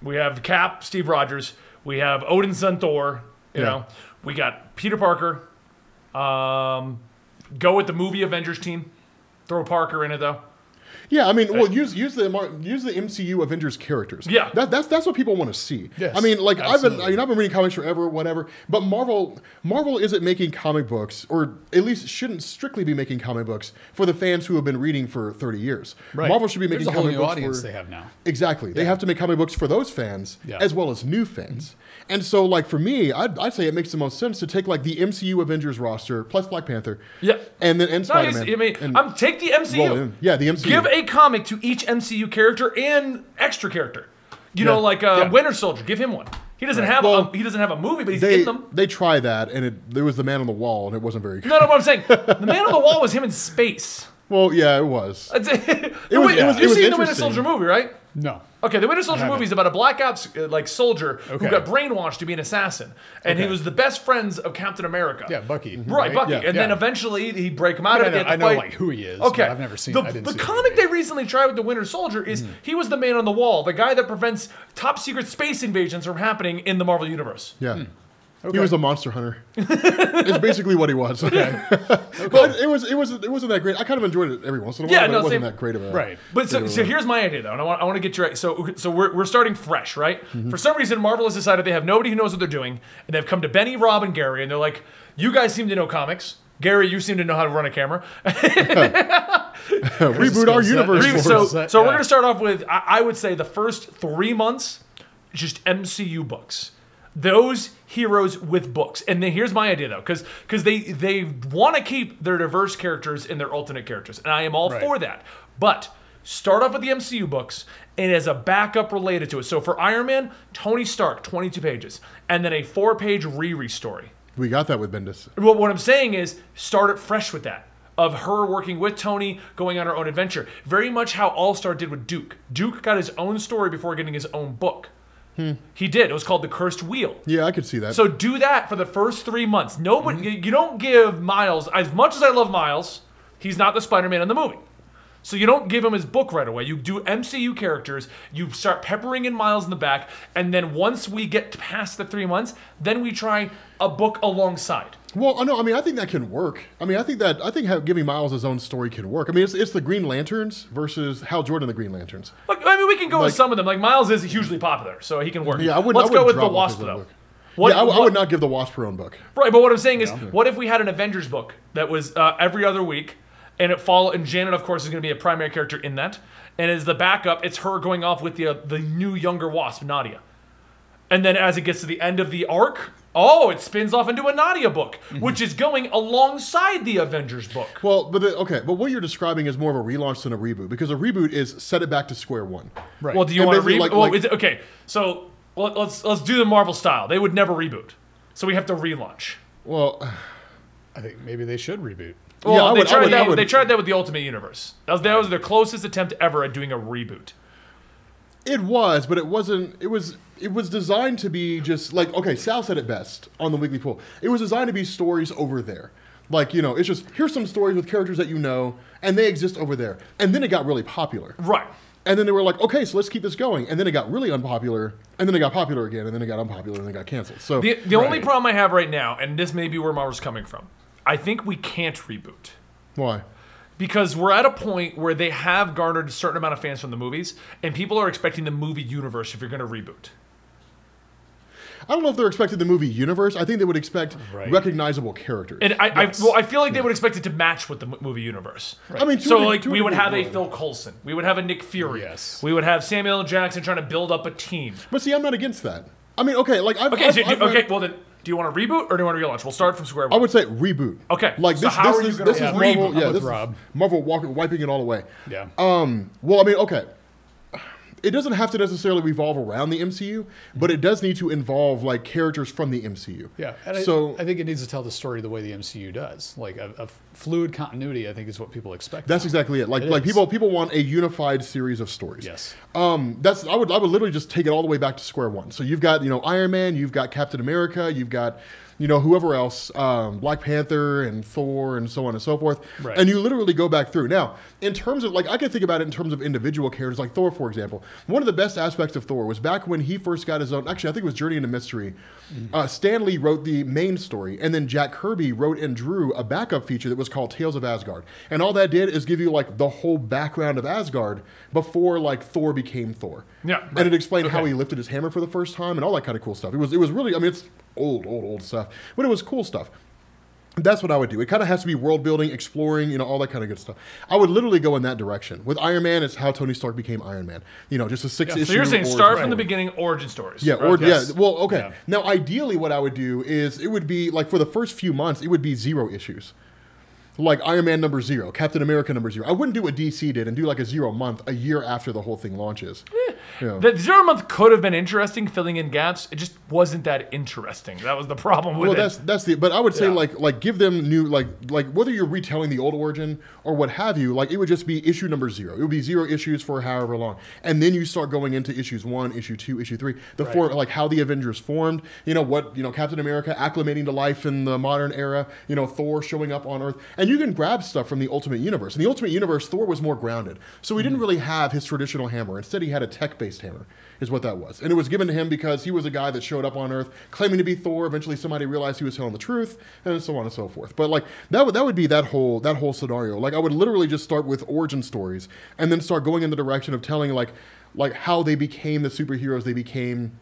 [SPEAKER 1] We have Cap, Steve Rogers. We have Odin, son Thor. You
[SPEAKER 2] Yeah.
[SPEAKER 1] know, we got Peter Parker. Um, go with the movie Avengers team. Throw Parker in it though.
[SPEAKER 2] Yeah, I mean, well, use use the Mar- use the MCU Avengers characters.
[SPEAKER 1] Yeah.
[SPEAKER 2] that, that's that's what people want to see.
[SPEAKER 3] Yes,
[SPEAKER 2] I mean, like I've been I
[SPEAKER 3] absolutely.
[SPEAKER 2] mean, I've been reading comics forever, whatever. But Marvel Marvel isn't making comic books, or at least shouldn't strictly be making comic books for the fans who have been reading for thirty years.
[SPEAKER 3] Right.
[SPEAKER 2] Marvel should be making
[SPEAKER 3] There's a whole
[SPEAKER 2] comic
[SPEAKER 3] new
[SPEAKER 2] books
[SPEAKER 3] audience
[SPEAKER 2] for
[SPEAKER 3] they have now.
[SPEAKER 2] Exactly. They have to make comic books for those fans
[SPEAKER 3] Yeah.
[SPEAKER 2] as well as new fans. And so, like, for me, I'd, I'd say it makes the most sense to take, like, the MCU Avengers roster plus Black Panther.
[SPEAKER 1] Yeah.
[SPEAKER 2] And then and
[SPEAKER 1] No, I
[SPEAKER 2] Spider Man.
[SPEAKER 1] I mean, I'm take the
[SPEAKER 2] roll it
[SPEAKER 1] MCU.
[SPEAKER 2] in. Yeah, the MCU.
[SPEAKER 1] Give a comic to each MCU character and extra character. You know,
[SPEAKER 2] Yeah.
[SPEAKER 1] like uh,
[SPEAKER 3] Yeah.
[SPEAKER 1] Winter Soldier. Give him one. He doesn't have
[SPEAKER 2] Well,
[SPEAKER 1] a, he doesn't have a movie, but he's
[SPEAKER 2] they
[SPEAKER 1] in them.
[SPEAKER 2] they try that, and it there was the man on the wall, and it wasn't very. good.
[SPEAKER 1] No, no, what I'm saying, the man on the wall was him in space.
[SPEAKER 2] Well, yeah, it was.
[SPEAKER 1] That's it.
[SPEAKER 2] It was-
[SPEAKER 1] Wait,
[SPEAKER 2] it was-
[SPEAKER 1] You've
[SPEAKER 2] it was
[SPEAKER 1] seen the Winter
[SPEAKER 2] interesting.
[SPEAKER 1] Soldier movie, right?
[SPEAKER 3] No.
[SPEAKER 1] Okay, the Winter Soldier
[SPEAKER 3] haven't.
[SPEAKER 1] movie is about a black ops uh, like soldier
[SPEAKER 3] Okay.
[SPEAKER 1] who got brainwashed to be an assassin, and he
[SPEAKER 3] Okay.
[SPEAKER 1] was the best friends of Captain America.
[SPEAKER 3] Yeah, Bucky.
[SPEAKER 1] Right, Bucky,
[SPEAKER 2] Yeah.
[SPEAKER 1] and then
[SPEAKER 3] Yeah.
[SPEAKER 1] eventually he break him out
[SPEAKER 3] I
[SPEAKER 1] of it.
[SPEAKER 3] know,
[SPEAKER 1] they
[SPEAKER 3] I
[SPEAKER 1] had to
[SPEAKER 3] know
[SPEAKER 1] fight.
[SPEAKER 3] like who he is. but
[SPEAKER 1] Okay.
[SPEAKER 3] I've never seen.
[SPEAKER 1] the,
[SPEAKER 3] I didn't
[SPEAKER 1] the
[SPEAKER 3] see Mm. the
[SPEAKER 1] comic
[SPEAKER 3] movie.
[SPEAKER 1] they recently tried with the Winter Soldier is he was the man on the wall, the guy that prevents top secret space invasions from happening in the Marvel universe.
[SPEAKER 2] Yeah, He was a monster hunter. it's basically what he was. Okay, but it was it was it wasn't that great. I kind of enjoyed it every once in a while.
[SPEAKER 1] Yeah,
[SPEAKER 2] but
[SPEAKER 1] no,
[SPEAKER 2] it wasn't
[SPEAKER 1] same-
[SPEAKER 2] that great of a
[SPEAKER 3] Right.
[SPEAKER 1] But so, so here's my idea though, and I want, I want to get your so so we're, we're starting fresh, right? For some reason, Marvel has decided they have nobody who knows what they're doing, and they've come to Benny, Rob, and Gary, and they're like, "You guys seem to know comics. Gary, you seem to know how to run a camera."
[SPEAKER 2] reboot our
[SPEAKER 3] Skill set.
[SPEAKER 2] universe.
[SPEAKER 1] Three-
[SPEAKER 2] for
[SPEAKER 1] so
[SPEAKER 2] us.
[SPEAKER 1] so
[SPEAKER 3] That-
[SPEAKER 1] we're
[SPEAKER 3] yeah.
[SPEAKER 1] gonna start off with I, I would say the first three months, just MCU books. Those heroes with books, and then here's my idea though, because because they they want to keep their diverse characters and their alternate characters, and I am all
[SPEAKER 3] Right.
[SPEAKER 1] for that. But start off with the MCU books and as a backup related to it. So for Iron Man, Tony Stark, 22 pages, and then a four-page Riri story.
[SPEAKER 2] we got that with Bendis.
[SPEAKER 1] Well, what I'm saying is start it fresh with that. Of her working with Tony, going on her own adventure. Very much how All Star did with Duke. Duke got his own story before getting his own book. He did. It was called The Cursed Wheel.
[SPEAKER 2] Yeah, I could see that.
[SPEAKER 1] So do that for the first three months. Nobody, you, you don't give Miles as much as I love Miles. He's not the Spider-Man in the movie, so you don't give him his book right away. You do MCU characters. You start peppering in Miles in the back, and then once we get past the three months, then we try a book alongside.
[SPEAKER 2] Well, I know. I mean, I think that can work. I mean, I think that I think how giving Miles his own story can work. I mean, it's, it's the Green Lanterns versus Hal Jordan and the Green Lanterns.
[SPEAKER 1] Look, I mean, we can go with
[SPEAKER 2] Like-
[SPEAKER 1] some of them. Like Miles is hugely popular, so he can work.
[SPEAKER 2] Yeah, I would.
[SPEAKER 1] Let's
[SPEAKER 2] I would
[SPEAKER 1] go with the
[SPEAKER 2] drop off
[SPEAKER 1] Wasp
[SPEAKER 2] his own
[SPEAKER 1] though.
[SPEAKER 2] book.
[SPEAKER 1] What,
[SPEAKER 2] yeah, I, w- I
[SPEAKER 1] what-
[SPEAKER 2] would not give the Wasp her own book.
[SPEAKER 1] Right, but what I'm saying is, what if we had an Avengers book that was uh, every other week, and it follow and Janet, of course, is going to be a primary character in that, and as the backup, it's her going off with the uh, the new younger Wasp, Nadia, and then as it gets to the end of the arc, oh, it spins off into a Nadia book,
[SPEAKER 2] Mm-hmm.
[SPEAKER 1] which is going alongside the Avengers book.
[SPEAKER 2] Well, but the, okay, but what you're describing is more of a relaunch than a reboot because a reboot is set it back to square one.
[SPEAKER 3] Right.
[SPEAKER 1] Well, do you
[SPEAKER 2] And
[SPEAKER 1] want to
[SPEAKER 2] basically,
[SPEAKER 1] reboot?
[SPEAKER 2] like-
[SPEAKER 1] well,
[SPEAKER 2] like-
[SPEAKER 1] is it- okay, so let, let's let's do the Marvel style. They would never reboot, so we have to relaunch.
[SPEAKER 2] Well,
[SPEAKER 3] I think maybe they should reboot.
[SPEAKER 1] Well,
[SPEAKER 2] I
[SPEAKER 1] they
[SPEAKER 2] would- I
[SPEAKER 1] tried
[SPEAKER 2] would-
[SPEAKER 1] that.
[SPEAKER 2] I would-
[SPEAKER 1] They tried that with the Ultimate Universe. That was, that was their closest attempt ever at doing a reboot.
[SPEAKER 2] It was, but it wasn't. It was. It was designed to be just like okay. Sal said it best on the Weekly Pool. It was designed to be stories over there. Like you know, it's just here's some stories with characters that you know, and they exist over there. And then it got really popular.
[SPEAKER 1] Right.
[SPEAKER 2] And then they were like, okay, so let's keep this going. And then it got really unpopular, and then it got popular again, and then it got unpopular, and then it got canceled. So
[SPEAKER 1] The, the only problem I have right now, and this may be where Marvel's coming from, I think we can't reboot
[SPEAKER 2] why?
[SPEAKER 1] because we're at a point where they have garnered a certain amount of fans from the movies, and people are expecting the movie universe if you're going to reboot.
[SPEAKER 2] I don't know if they're expected the movie universe. I think they would expect
[SPEAKER 3] Right.
[SPEAKER 2] recognizable characters.
[SPEAKER 1] And I, I well, I feel like they would expect it to match with the mo- movie universe.
[SPEAKER 2] I mean, to
[SPEAKER 1] So
[SPEAKER 2] a-
[SPEAKER 1] like
[SPEAKER 2] to
[SPEAKER 1] we would
[SPEAKER 2] degree,
[SPEAKER 1] have a
[SPEAKER 2] would.
[SPEAKER 1] Phil Coulson, we would have a Nick Fury,
[SPEAKER 3] Yes.
[SPEAKER 1] we would have Samuel L. Jackson trying to build up a team.
[SPEAKER 2] But see, I'm not against that. I mean, okay, like I've,
[SPEAKER 1] Okay,
[SPEAKER 2] I've-
[SPEAKER 1] so do-
[SPEAKER 2] I've read-
[SPEAKER 1] okay. Well then, do you want to reboot or do you want to relaunch? We'll start from square
[SPEAKER 2] I
[SPEAKER 1] one.
[SPEAKER 2] would say reboot.
[SPEAKER 1] Okay,
[SPEAKER 2] Like
[SPEAKER 1] so
[SPEAKER 2] this,
[SPEAKER 1] how
[SPEAKER 2] this,
[SPEAKER 1] are you
[SPEAKER 2] is,
[SPEAKER 1] gonna
[SPEAKER 2] this is
[SPEAKER 1] have-
[SPEAKER 2] Marvel.
[SPEAKER 1] Reboot.
[SPEAKER 2] Yeah,
[SPEAKER 3] I'm with
[SPEAKER 2] this is
[SPEAKER 3] Rob.
[SPEAKER 2] Marvel walk, wiping it all away.
[SPEAKER 3] Yeah.
[SPEAKER 2] Um. Well, I mean, okay. It doesn't have to necessarily revolve around the MCU, but it does need to involve like characters from the MCU.
[SPEAKER 3] Yeah, and I-
[SPEAKER 2] so
[SPEAKER 3] I, think it needs to tell the story the way the MCU does, like a, a fluid continuity. I think is what people expect.
[SPEAKER 2] that's
[SPEAKER 3] now.
[SPEAKER 2] exactly it. Like
[SPEAKER 3] It
[SPEAKER 2] like
[SPEAKER 3] is.
[SPEAKER 2] people people want a unified series of stories.
[SPEAKER 3] yes,
[SPEAKER 2] Um, that's I would I would literally just take it all the way back to square one. So you've got you know Iron Man, you've got Captain America, you've got you know whoever else, um, Black Panther and Thor and so on and so forth.
[SPEAKER 3] Right.
[SPEAKER 2] And you literally go back through. Now in terms of like I can think about it in terms of individual characters like Thor for example. One of the best aspects of Thor was back when he first got his own. Actually, I think it was Journey into Mystery. Uh, Stan Lee wrote the main story, and then Jack Kirby wrote and drew a backup feature that was called Tales of Asgard. And all that did is give you like the whole background of Asgard before like Thor became Thor.
[SPEAKER 1] Yeah,
[SPEAKER 2] and it explained how he lifted his hammer for the first time and all that kind of cool stuff. It was it was really I mean it's old old old stuff, but it was cool stuff. That's what I would do. It kind of has to be world building, exploring, you know, all that kind of good stuff. I would literally go in that direction. With Iron Man, it's how Tony Stark became Iron Man. You know, just a six issue.
[SPEAKER 1] so you're saying
[SPEAKER 2] origin
[SPEAKER 1] start from
[SPEAKER 2] story.
[SPEAKER 1] the beginning, origin stories.
[SPEAKER 2] Yeah,
[SPEAKER 1] right?
[SPEAKER 2] or
[SPEAKER 3] Yes.
[SPEAKER 2] yeah. Well, okay.
[SPEAKER 3] Yeah.
[SPEAKER 2] Now, ideally, what I would do is it would be like for the first few months, it would be zero issues, like Iron Man number zero, Captain America number zero. I wouldn't do what DC did and do like a zero month a year after the whole thing launches. Yeah.
[SPEAKER 1] Eh, The zero month could have been interesting, filling in gaps. It just wasn't that interesting. That was the problem with
[SPEAKER 2] Well,
[SPEAKER 1] it.
[SPEAKER 2] that's that's the. But I would say
[SPEAKER 3] Yeah.
[SPEAKER 2] like like give them new like like whether you're retelling the old origin or what have you. Like it would just be issue number zero. It would be zero issues for however long, and then you start going into issues one, issue two, issue three. The form like how the Avengers formed. You know what you know Captain America acclimating to life in the modern era. You know Thor showing up on Earth, and And you can grab stuff from the Ultimate Universe. In the Ultimate Universe, Thor was more grounded. So he didn't really have his traditional hammer. Instead, he had a tech based hammer, is what that was. And it was given to him because he was a guy that showed up on Earth claiming to be Thor. Eventually, somebody realized he was telling the truth, and so on and so forth. But like that would that would be that whole that whole scenario. Like I would literally just start with origin stories and then start going in the direction of telling like like how they became the superheroes they became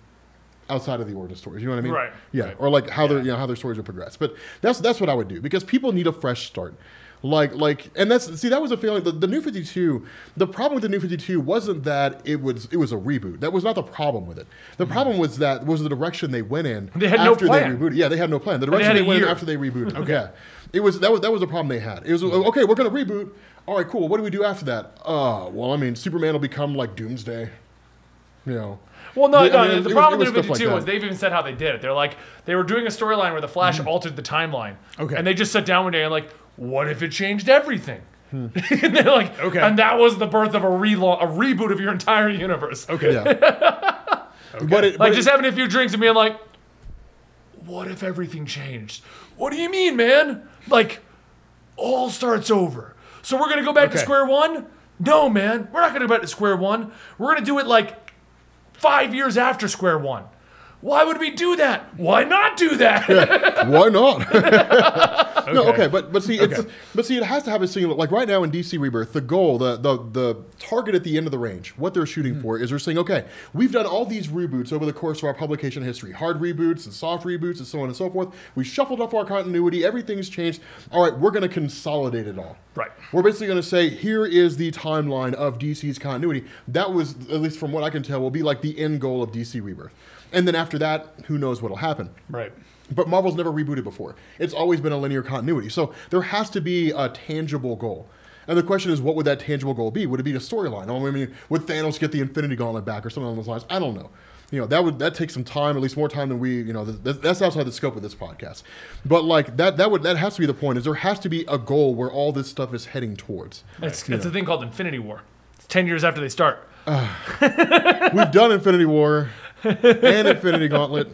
[SPEAKER 2] outside of the origin stories. You know what I mean?
[SPEAKER 1] Right.
[SPEAKER 2] Yeah. Or like how their you know how their stories would progress. But that's that's what I would do because people need a fresh start. Like like and that's see that was a failing. The, the new fifty two. The problem with the new fifty two wasn't that it was it was a reboot. That was not the problem with it. The problem was that was the direction they went in.
[SPEAKER 1] Mm-hmm. They had no
[SPEAKER 2] after
[SPEAKER 1] plan.
[SPEAKER 2] They rebooted. Yeah, they had no plan. The
[SPEAKER 1] they had
[SPEAKER 2] direction they,
[SPEAKER 1] a
[SPEAKER 2] went in
[SPEAKER 1] year.
[SPEAKER 2] after they rebooted. okay. Yeah. It was that was that was a problem they had. It was
[SPEAKER 1] Mm-hmm.
[SPEAKER 2] okay. We're gonna reboot. All right, cool. What do we do after that? Uh, well, I mean, Superman will become like Doomsday. You know.
[SPEAKER 1] Well, no,
[SPEAKER 2] The-
[SPEAKER 1] no.
[SPEAKER 2] I mean,
[SPEAKER 1] the
[SPEAKER 2] it was-
[SPEAKER 1] problem
[SPEAKER 2] it was
[SPEAKER 1] with New
[SPEAKER 2] stuff like
[SPEAKER 1] 52 was
[SPEAKER 2] that. Hmm.
[SPEAKER 1] they've even said how they did it. They're like, they were doing a storyline where the Flash altered the timeline.
[SPEAKER 3] Okay.
[SPEAKER 1] And they just sat down one day and like, what if it changed everything?
[SPEAKER 2] Hmm.
[SPEAKER 1] and they're like,
[SPEAKER 3] Okay.
[SPEAKER 1] And that was the birth of a relaunch, a reboot of your entire universe.
[SPEAKER 3] Okay.
[SPEAKER 2] Yeah. But it,
[SPEAKER 1] Like
[SPEAKER 2] but
[SPEAKER 1] just having a few drinks and being like, what if everything changed? What do you mean, man? Like, all starts over. So we're gonna go back to
[SPEAKER 3] Okay.
[SPEAKER 1] square one? No, man. We're not gonna go back to square one. We're gonna do it like five years after square one. Why would we do that? Why not do that?
[SPEAKER 2] Why not? No, okay, but but see, it's,
[SPEAKER 3] Okay.
[SPEAKER 2] but see, it has to have a singular. Like right now in DC Rebirth, the goal, the the the target at the end of the range, what they're shooting for is they're saying, okay, we've done all these reboots over the course of our publication history, hard reboots and soft reboots and so on and so forth. We shuffled up our continuity, everything's changed. All right, we're going to consolidate it all.
[SPEAKER 1] Right.
[SPEAKER 2] We're basically going to say here is the timeline of DC's continuity. That was, at least from what I can tell, will be like the end goal of DC Rebirth. And then after that, who knows what'll happen.
[SPEAKER 3] Right.
[SPEAKER 2] But Marvel's never rebooted before. It's always been a linear continuity. So there has to be a tangible goal. And the question is, what would that tangible goal be? Would it be a storyline? Oh, I mean, would Thanos get the Infinity Gauntlet back or something along those lines? I don't know. You know, that would that takes some time, at least more time than we, you know, th- th- that's outside the scope of this podcast. But like that, that would that has to be the point. Is there has to be a goal where all this stuff is heading towards.
[SPEAKER 1] It's, it's a thing called Infinity War. It's ten years after they start.
[SPEAKER 2] We've done Infinity War and Infinity Gauntlet.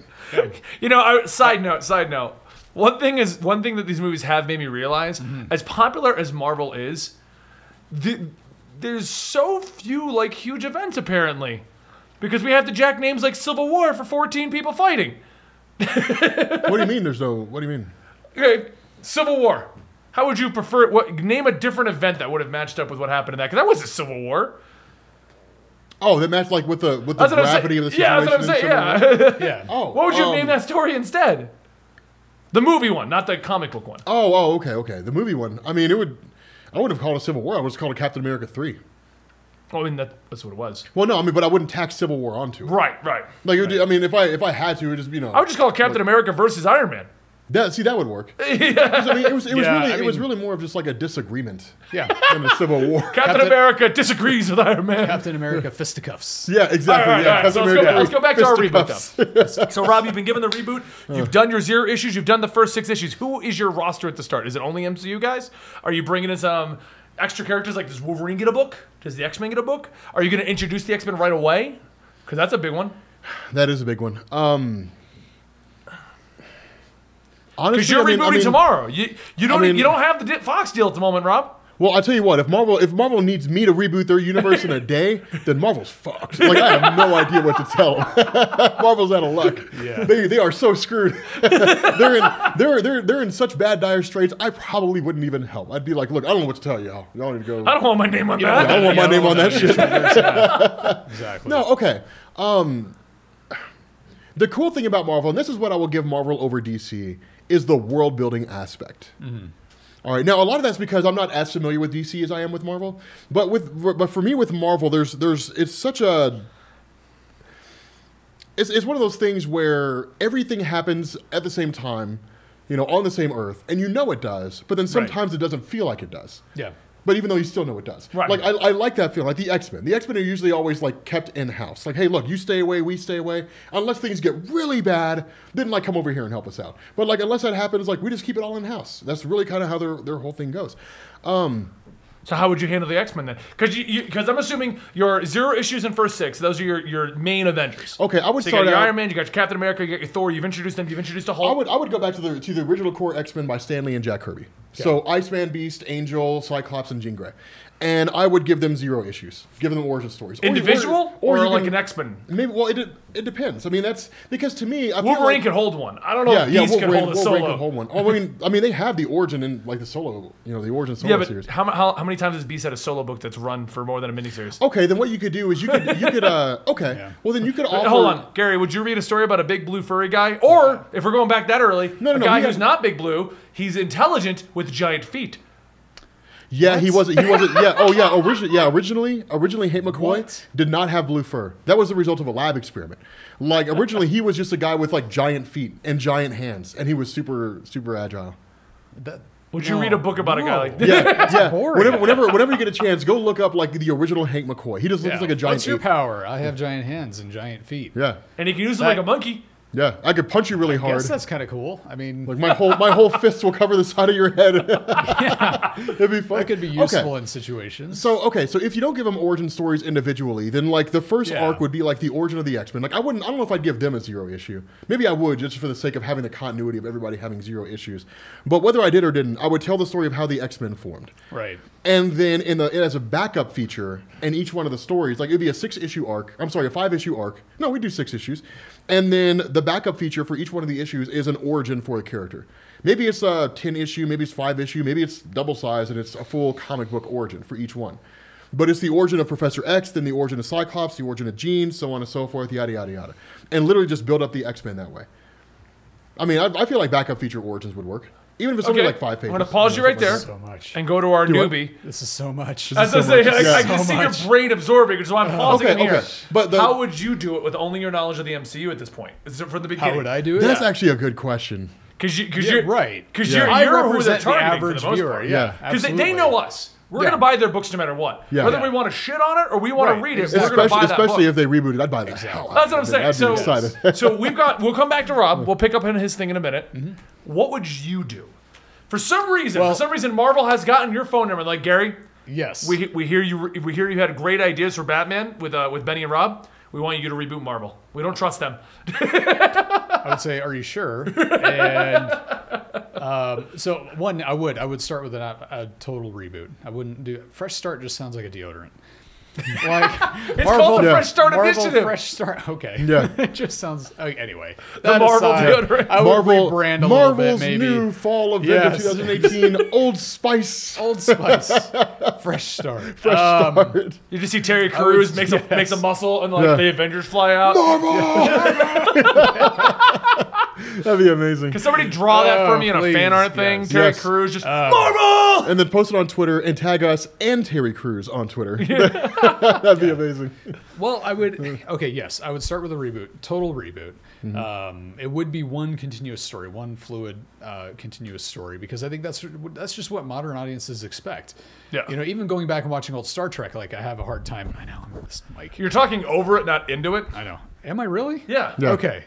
[SPEAKER 1] You know, I, side note, side note. One thing is one thing that these movies have made me realize,
[SPEAKER 2] Mm-hmm.
[SPEAKER 1] as popular as Marvel is, the, there's so few like huge events apparently, because we have to jack names like Civil War for 14 people fighting.
[SPEAKER 2] What do you mean? There's no. What do you mean?
[SPEAKER 1] Okay, Civil War. How would you prefer? What name a different event that would have matched up with what happened in that? Because that was a Civil War.
[SPEAKER 2] Oh, that matched like with the with the
[SPEAKER 1] That's what
[SPEAKER 2] gravity
[SPEAKER 1] I'm saying.
[SPEAKER 2] of the situation.
[SPEAKER 1] yeah, that's what I'm
[SPEAKER 2] and
[SPEAKER 1] saying.
[SPEAKER 2] so on.
[SPEAKER 1] Yeah.
[SPEAKER 3] Yeah.
[SPEAKER 2] Oh,
[SPEAKER 1] what would you
[SPEAKER 2] um,
[SPEAKER 1] have named that story instead? The movie one, not the comic book one.
[SPEAKER 2] Oh, oh, okay, okay. The movie one. I mean, it would. I wouldn't have called it Civil War. I would have called it Captain America Three.
[SPEAKER 1] I mean, that, that's what it was.
[SPEAKER 2] Well, no, I mean, but I wouldn't tack Civil War onto it.
[SPEAKER 1] Right, right.
[SPEAKER 2] Like, it would, I mean, if I if I had to, it would just you know.
[SPEAKER 1] I would just call it Captain America versus Iron Man.
[SPEAKER 2] that. See, that would work. 'Cause, I mean, it was it was
[SPEAKER 3] Yeah,
[SPEAKER 2] really
[SPEAKER 3] I
[SPEAKER 2] it was
[SPEAKER 3] mean-
[SPEAKER 2] really more of just like a disagreement
[SPEAKER 3] Yeah.
[SPEAKER 2] than a Civil War.
[SPEAKER 1] Captain,
[SPEAKER 3] Captain-
[SPEAKER 1] America disagrees with Iron Man.
[SPEAKER 3] Captain America fisticuffs.
[SPEAKER 2] yeah, exactly.
[SPEAKER 1] All right,
[SPEAKER 2] yeah,
[SPEAKER 1] all right,
[SPEAKER 2] Captain
[SPEAKER 1] so let's go- let's go back to our reboot,
[SPEAKER 2] Fisticuffs.
[SPEAKER 1] so, Rob, you've been given the reboot. You've done your zero issues. You've done the first six issues. Who is your roster at the start? Is it only MCU guys? Are you bringing in some extra characters? Like, does Wolverine get a book? Does the X Men get a book? Are you going to introduce the X Men right away? Because that's a big one.
[SPEAKER 2] That is a big one. Um.
[SPEAKER 1] Because
[SPEAKER 2] Honestly,
[SPEAKER 1] you're
[SPEAKER 2] I mean-
[SPEAKER 1] rebooting
[SPEAKER 2] I mean-
[SPEAKER 1] tomorrow. You you don't
[SPEAKER 2] mean-
[SPEAKER 1] you don't have the di- Fox deal at the moment, Rob.
[SPEAKER 2] Well, I tell you what, if Marvel if Marvel needs me to reboot their universe in a day, then Marvel's fucked. Like I have no idea what to tell. 'em. Marvel's out of luck.
[SPEAKER 3] Yeah.
[SPEAKER 2] They they are so screwed. they're in they're they're they're in such bad dire straits. I probably wouldn't even help. I'd be like, look, I don't know what to tell y'all. Y'all need to go.
[SPEAKER 1] I don't want my name on that.
[SPEAKER 2] I don't want my
[SPEAKER 3] Yeah,
[SPEAKER 2] name on that shit.
[SPEAKER 3] Exactly.
[SPEAKER 2] No, okay. Um, the cool thing about Marvel, and this is what I will give Marvel over DC, is the world building aspect. All right. Now, a lot of that's because I'm not as familiar with DC as I am with Marvel. But with but for me with Marvel, there's there's it's such a it's, it's one of those things where everything happens at the same time, you know, on the same earth, and you know it does, but then sometimes it doesn't feel like it does.
[SPEAKER 3] Yeah.
[SPEAKER 2] But even though you still know it does.
[SPEAKER 1] Right.
[SPEAKER 2] Like, I, I like that feeling. Like, the X Men. The X Men are usually always, like, kept in house. Like, hey, look, you stay away, we stay away. Unless things get really bad, then, like, come over here and help us out. But, like, unless that happens, like, we just keep it all in house. That's really kind of how their, their whole thing goes. Um,
[SPEAKER 1] So how would you handle the X Men then? Because you because I'm assuming your zero issues in first six. Those are your your main Avengers.
[SPEAKER 2] Okay, I would
[SPEAKER 1] So you got
[SPEAKER 2] start
[SPEAKER 1] your
[SPEAKER 2] out-
[SPEAKER 1] Iron Man, you got your Captain America, you got your Thor. You've introduced them. You've introduced a Hulk.
[SPEAKER 2] I would I would go back to the to the original core X Men by Stanley and Jack Kirby. So Iceman, Beast, Angel, Cyclops, and Jean Grey, and I would give them zero issues. Give them origin stories. Or-
[SPEAKER 1] individual or,
[SPEAKER 2] you
[SPEAKER 1] like
[SPEAKER 2] can-
[SPEAKER 1] an X Men.
[SPEAKER 2] Maybe well, it de- it depends. I mean, that's because to me, I
[SPEAKER 1] Wolverine can
[SPEAKER 2] feel like,
[SPEAKER 1] hold one. I don't know
[SPEAKER 2] yeah,
[SPEAKER 1] if
[SPEAKER 2] yeah,
[SPEAKER 1] Beast
[SPEAKER 2] Wolverine,
[SPEAKER 1] can hold a
[SPEAKER 2] Wolverine
[SPEAKER 1] solo.
[SPEAKER 2] can hold one. Oh, I mean, I mean, they have the origin in like the solo, you know, the origin solo
[SPEAKER 1] yeah, but
[SPEAKER 2] series.
[SPEAKER 1] how, mu- how, how many times has Beast had a solo book that's run for more than a miniseries?
[SPEAKER 2] Okay, then what you could do is you could you could uh okay.
[SPEAKER 3] Yeah.
[SPEAKER 2] Well, then you could
[SPEAKER 1] Uh,
[SPEAKER 2] offer.
[SPEAKER 1] Hold on, Gary. Would you read a story about a big blue furry guy, or if we're going back that early,
[SPEAKER 2] No, no,
[SPEAKER 1] a
[SPEAKER 2] no,
[SPEAKER 1] guy
[SPEAKER 2] we
[SPEAKER 1] who's
[SPEAKER 2] had-
[SPEAKER 1] not big blue? He's intelligent with giant feet.
[SPEAKER 2] Yeah, he wasn't. He wasn't. Yeah. Oh, yeah. Originally, yeah. Originally, originally, Hate McCoy did not have blue fur. That was the result of a lab experiment. Like originally, he was just a guy with like giant feet and giant hands, and he was super, super agile.
[SPEAKER 3] That,
[SPEAKER 1] Would you read a book about a guy like this?
[SPEAKER 2] Yeah, yeah.
[SPEAKER 3] boring.
[SPEAKER 2] Whenever, whenever, whenever you get a chance, go look up like the original Hank McCoy. He just looks
[SPEAKER 1] Yeah.
[SPEAKER 2] like a giant.
[SPEAKER 3] What's your
[SPEAKER 2] ape.
[SPEAKER 3] power? I have giant hands and giant feet.
[SPEAKER 2] Yeah,
[SPEAKER 1] And he can use them
[SPEAKER 3] That-
[SPEAKER 1] like a monkey.
[SPEAKER 2] yeah. I could punch you really
[SPEAKER 3] I
[SPEAKER 2] hard.
[SPEAKER 3] guess that's kind of cool. I mean,
[SPEAKER 2] Like my whole my whole fists will cover the side of your head. It'd be fun.
[SPEAKER 3] that could be
[SPEAKER 2] Okay.
[SPEAKER 3] useful in situations.
[SPEAKER 2] So okay, so if you don't give them origin stories individually, then like the first
[SPEAKER 1] Yeah.
[SPEAKER 2] arc would be like the origin of the X Men. Like I wouldn't, I don't know if I'd give them a zero issue. Maybe I would just for the sake of having the continuity of everybody having zero issues. But whether I did or didn't, I would tell the story of how the X Men formed,
[SPEAKER 3] Right.
[SPEAKER 2] and then in the as a backup feature in each one of the stories, like it'd be a six issue arc. I'm sorry, a five issue arc. No, we do six issues, and then the backup feature for each one of the issues is an origin for a character. Maybe it's a ten issue, maybe it's five issue, maybe it's double size, and it's a full comic book origin for each one. But it's the origin of Professor X, then the origin of Cyclops, the origin of Jean, so on and so forth, yada yada yada, and literally just build up the X Men that way. I mean, I, I feel like backup feature origins would work, even if it's only
[SPEAKER 1] Okay,
[SPEAKER 2] like five
[SPEAKER 1] I'm
[SPEAKER 2] pages.
[SPEAKER 1] gonna pause you right
[SPEAKER 2] something like
[SPEAKER 1] there
[SPEAKER 2] that.
[SPEAKER 3] So much.
[SPEAKER 1] and go to our
[SPEAKER 2] what?
[SPEAKER 1] newbie.
[SPEAKER 3] This is so much.
[SPEAKER 1] As I
[SPEAKER 3] This is
[SPEAKER 1] say, I,
[SPEAKER 3] much.
[SPEAKER 1] I
[SPEAKER 3] So
[SPEAKER 1] can see
[SPEAKER 3] much.
[SPEAKER 1] your brain absorbing, so I'm pausing
[SPEAKER 2] okay,
[SPEAKER 1] in here.
[SPEAKER 2] okay. But the-
[SPEAKER 1] how would you do it with only your knowledge of the MCU at this point? Is it from the beginning?
[SPEAKER 3] How would I do it?
[SPEAKER 2] That's actually a good question.
[SPEAKER 1] Because you, because
[SPEAKER 3] Yeah,
[SPEAKER 1] you're
[SPEAKER 3] right.
[SPEAKER 1] Because
[SPEAKER 2] Yeah.
[SPEAKER 1] you're,
[SPEAKER 3] I
[SPEAKER 1] you're who they're
[SPEAKER 3] represent the
[SPEAKER 1] targeting for
[SPEAKER 3] average
[SPEAKER 1] the most
[SPEAKER 3] viewer,
[SPEAKER 1] part.
[SPEAKER 3] yeah,
[SPEAKER 1] Because they, they
[SPEAKER 3] absolutely.
[SPEAKER 1] know us. We're
[SPEAKER 3] Yeah.
[SPEAKER 1] gonna buy their books no matter what.
[SPEAKER 2] Yeah.
[SPEAKER 1] Whether
[SPEAKER 2] Yeah.
[SPEAKER 1] we want to shit on it or we want
[SPEAKER 3] Right,
[SPEAKER 1] to read it,
[SPEAKER 3] exactly.
[SPEAKER 1] we're gonna
[SPEAKER 2] especially
[SPEAKER 1] buy that
[SPEAKER 2] especially
[SPEAKER 1] book.
[SPEAKER 2] if they rebooted, I'd buy the hell. out
[SPEAKER 1] That's what I'm
[SPEAKER 2] of it.
[SPEAKER 1] saying. So,
[SPEAKER 2] I'd be excited.
[SPEAKER 1] so we've got. We'll come back to Rob. We'll pick up on his thing in a minute. What would you do? For some reason,
[SPEAKER 3] Mm-hmm. Well-
[SPEAKER 1] for some reason, Marvel has gotten your phone number. Like Gary,
[SPEAKER 3] Yes.
[SPEAKER 1] we, we hear you. We hear you had great ideas for Batman with uh, with Benny and Rob. We want you to reboot Marvel. We don't trust them.
[SPEAKER 3] I would say, "Are you sure?" And um, so, one, I would, I would start with an, a, a total reboot. I wouldn't do fresh start. Just sounds like a deodorant. Like it's
[SPEAKER 1] called the Yeah. Fresh Start Initiative.
[SPEAKER 3] Fresh Start. Okay.
[SPEAKER 2] Yeah.
[SPEAKER 3] it just sounds. Okay, anyway,
[SPEAKER 1] The
[SPEAKER 3] that
[SPEAKER 1] Marvel
[SPEAKER 3] aside,
[SPEAKER 1] deodorant.
[SPEAKER 3] I would
[SPEAKER 2] Marvel,
[SPEAKER 3] rebrand a little
[SPEAKER 2] Marvel's
[SPEAKER 3] bit, maybe.
[SPEAKER 2] new fall of
[SPEAKER 3] Yes. Um,
[SPEAKER 2] 2018, Old Spice.
[SPEAKER 3] Old Spice, Fresh Start.
[SPEAKER 2] Fresh
[SPEAKER 3] Uh,
[SPEAKER 2] start.
[SPEAKER 1] You just see Terry Crews makes a makes a muscle and like
[SPEAKER 2] Yeah.
[SPEAKER 1] the Avengers fly out.
[SPEAKER 2] Marvel! That'd be amazing.
[SPEAKER 1] Can somebody draw that for
[SPEAKER 3] Oh,
[SPEAKER 1] me in a
[SPEAKER 3] please,
[SPEAKER 1] fan art thing?
[SPEAKER 3] yes. Uh,
[SPEAKER 1] Terry
[SPEAKER 2] Yes.
[SPEAKER 1] Crews just Marvel.
[SPEAKER 2] And then post it on Twitter and tag us and Terry Crews on Twitter. That'd be amazing.
[SPEAKER 3] Well, I would. Okay, yes, I would start with a reboot, total reboot.
[SPEAKER 1] Mm-hmm.
[SPEAKER 3] Um, it would be one continuous story, one fluid, uh, continuous story, because I think that's that's just what modern audiences expect.
[SPEAKER 1] Yeah.
[SPEAKER 3] You know, even going back and watching old Star Trek, like I have a hard time. I know I'm this mic.
[SPEAKER 1] You're talking over it, not into it.
[SPEAKER 3] I know. Am I really?
[SPEAKER 1] Yeah,
[SPEAKER 2] Yeah.
[SPEAKER 3] Okay.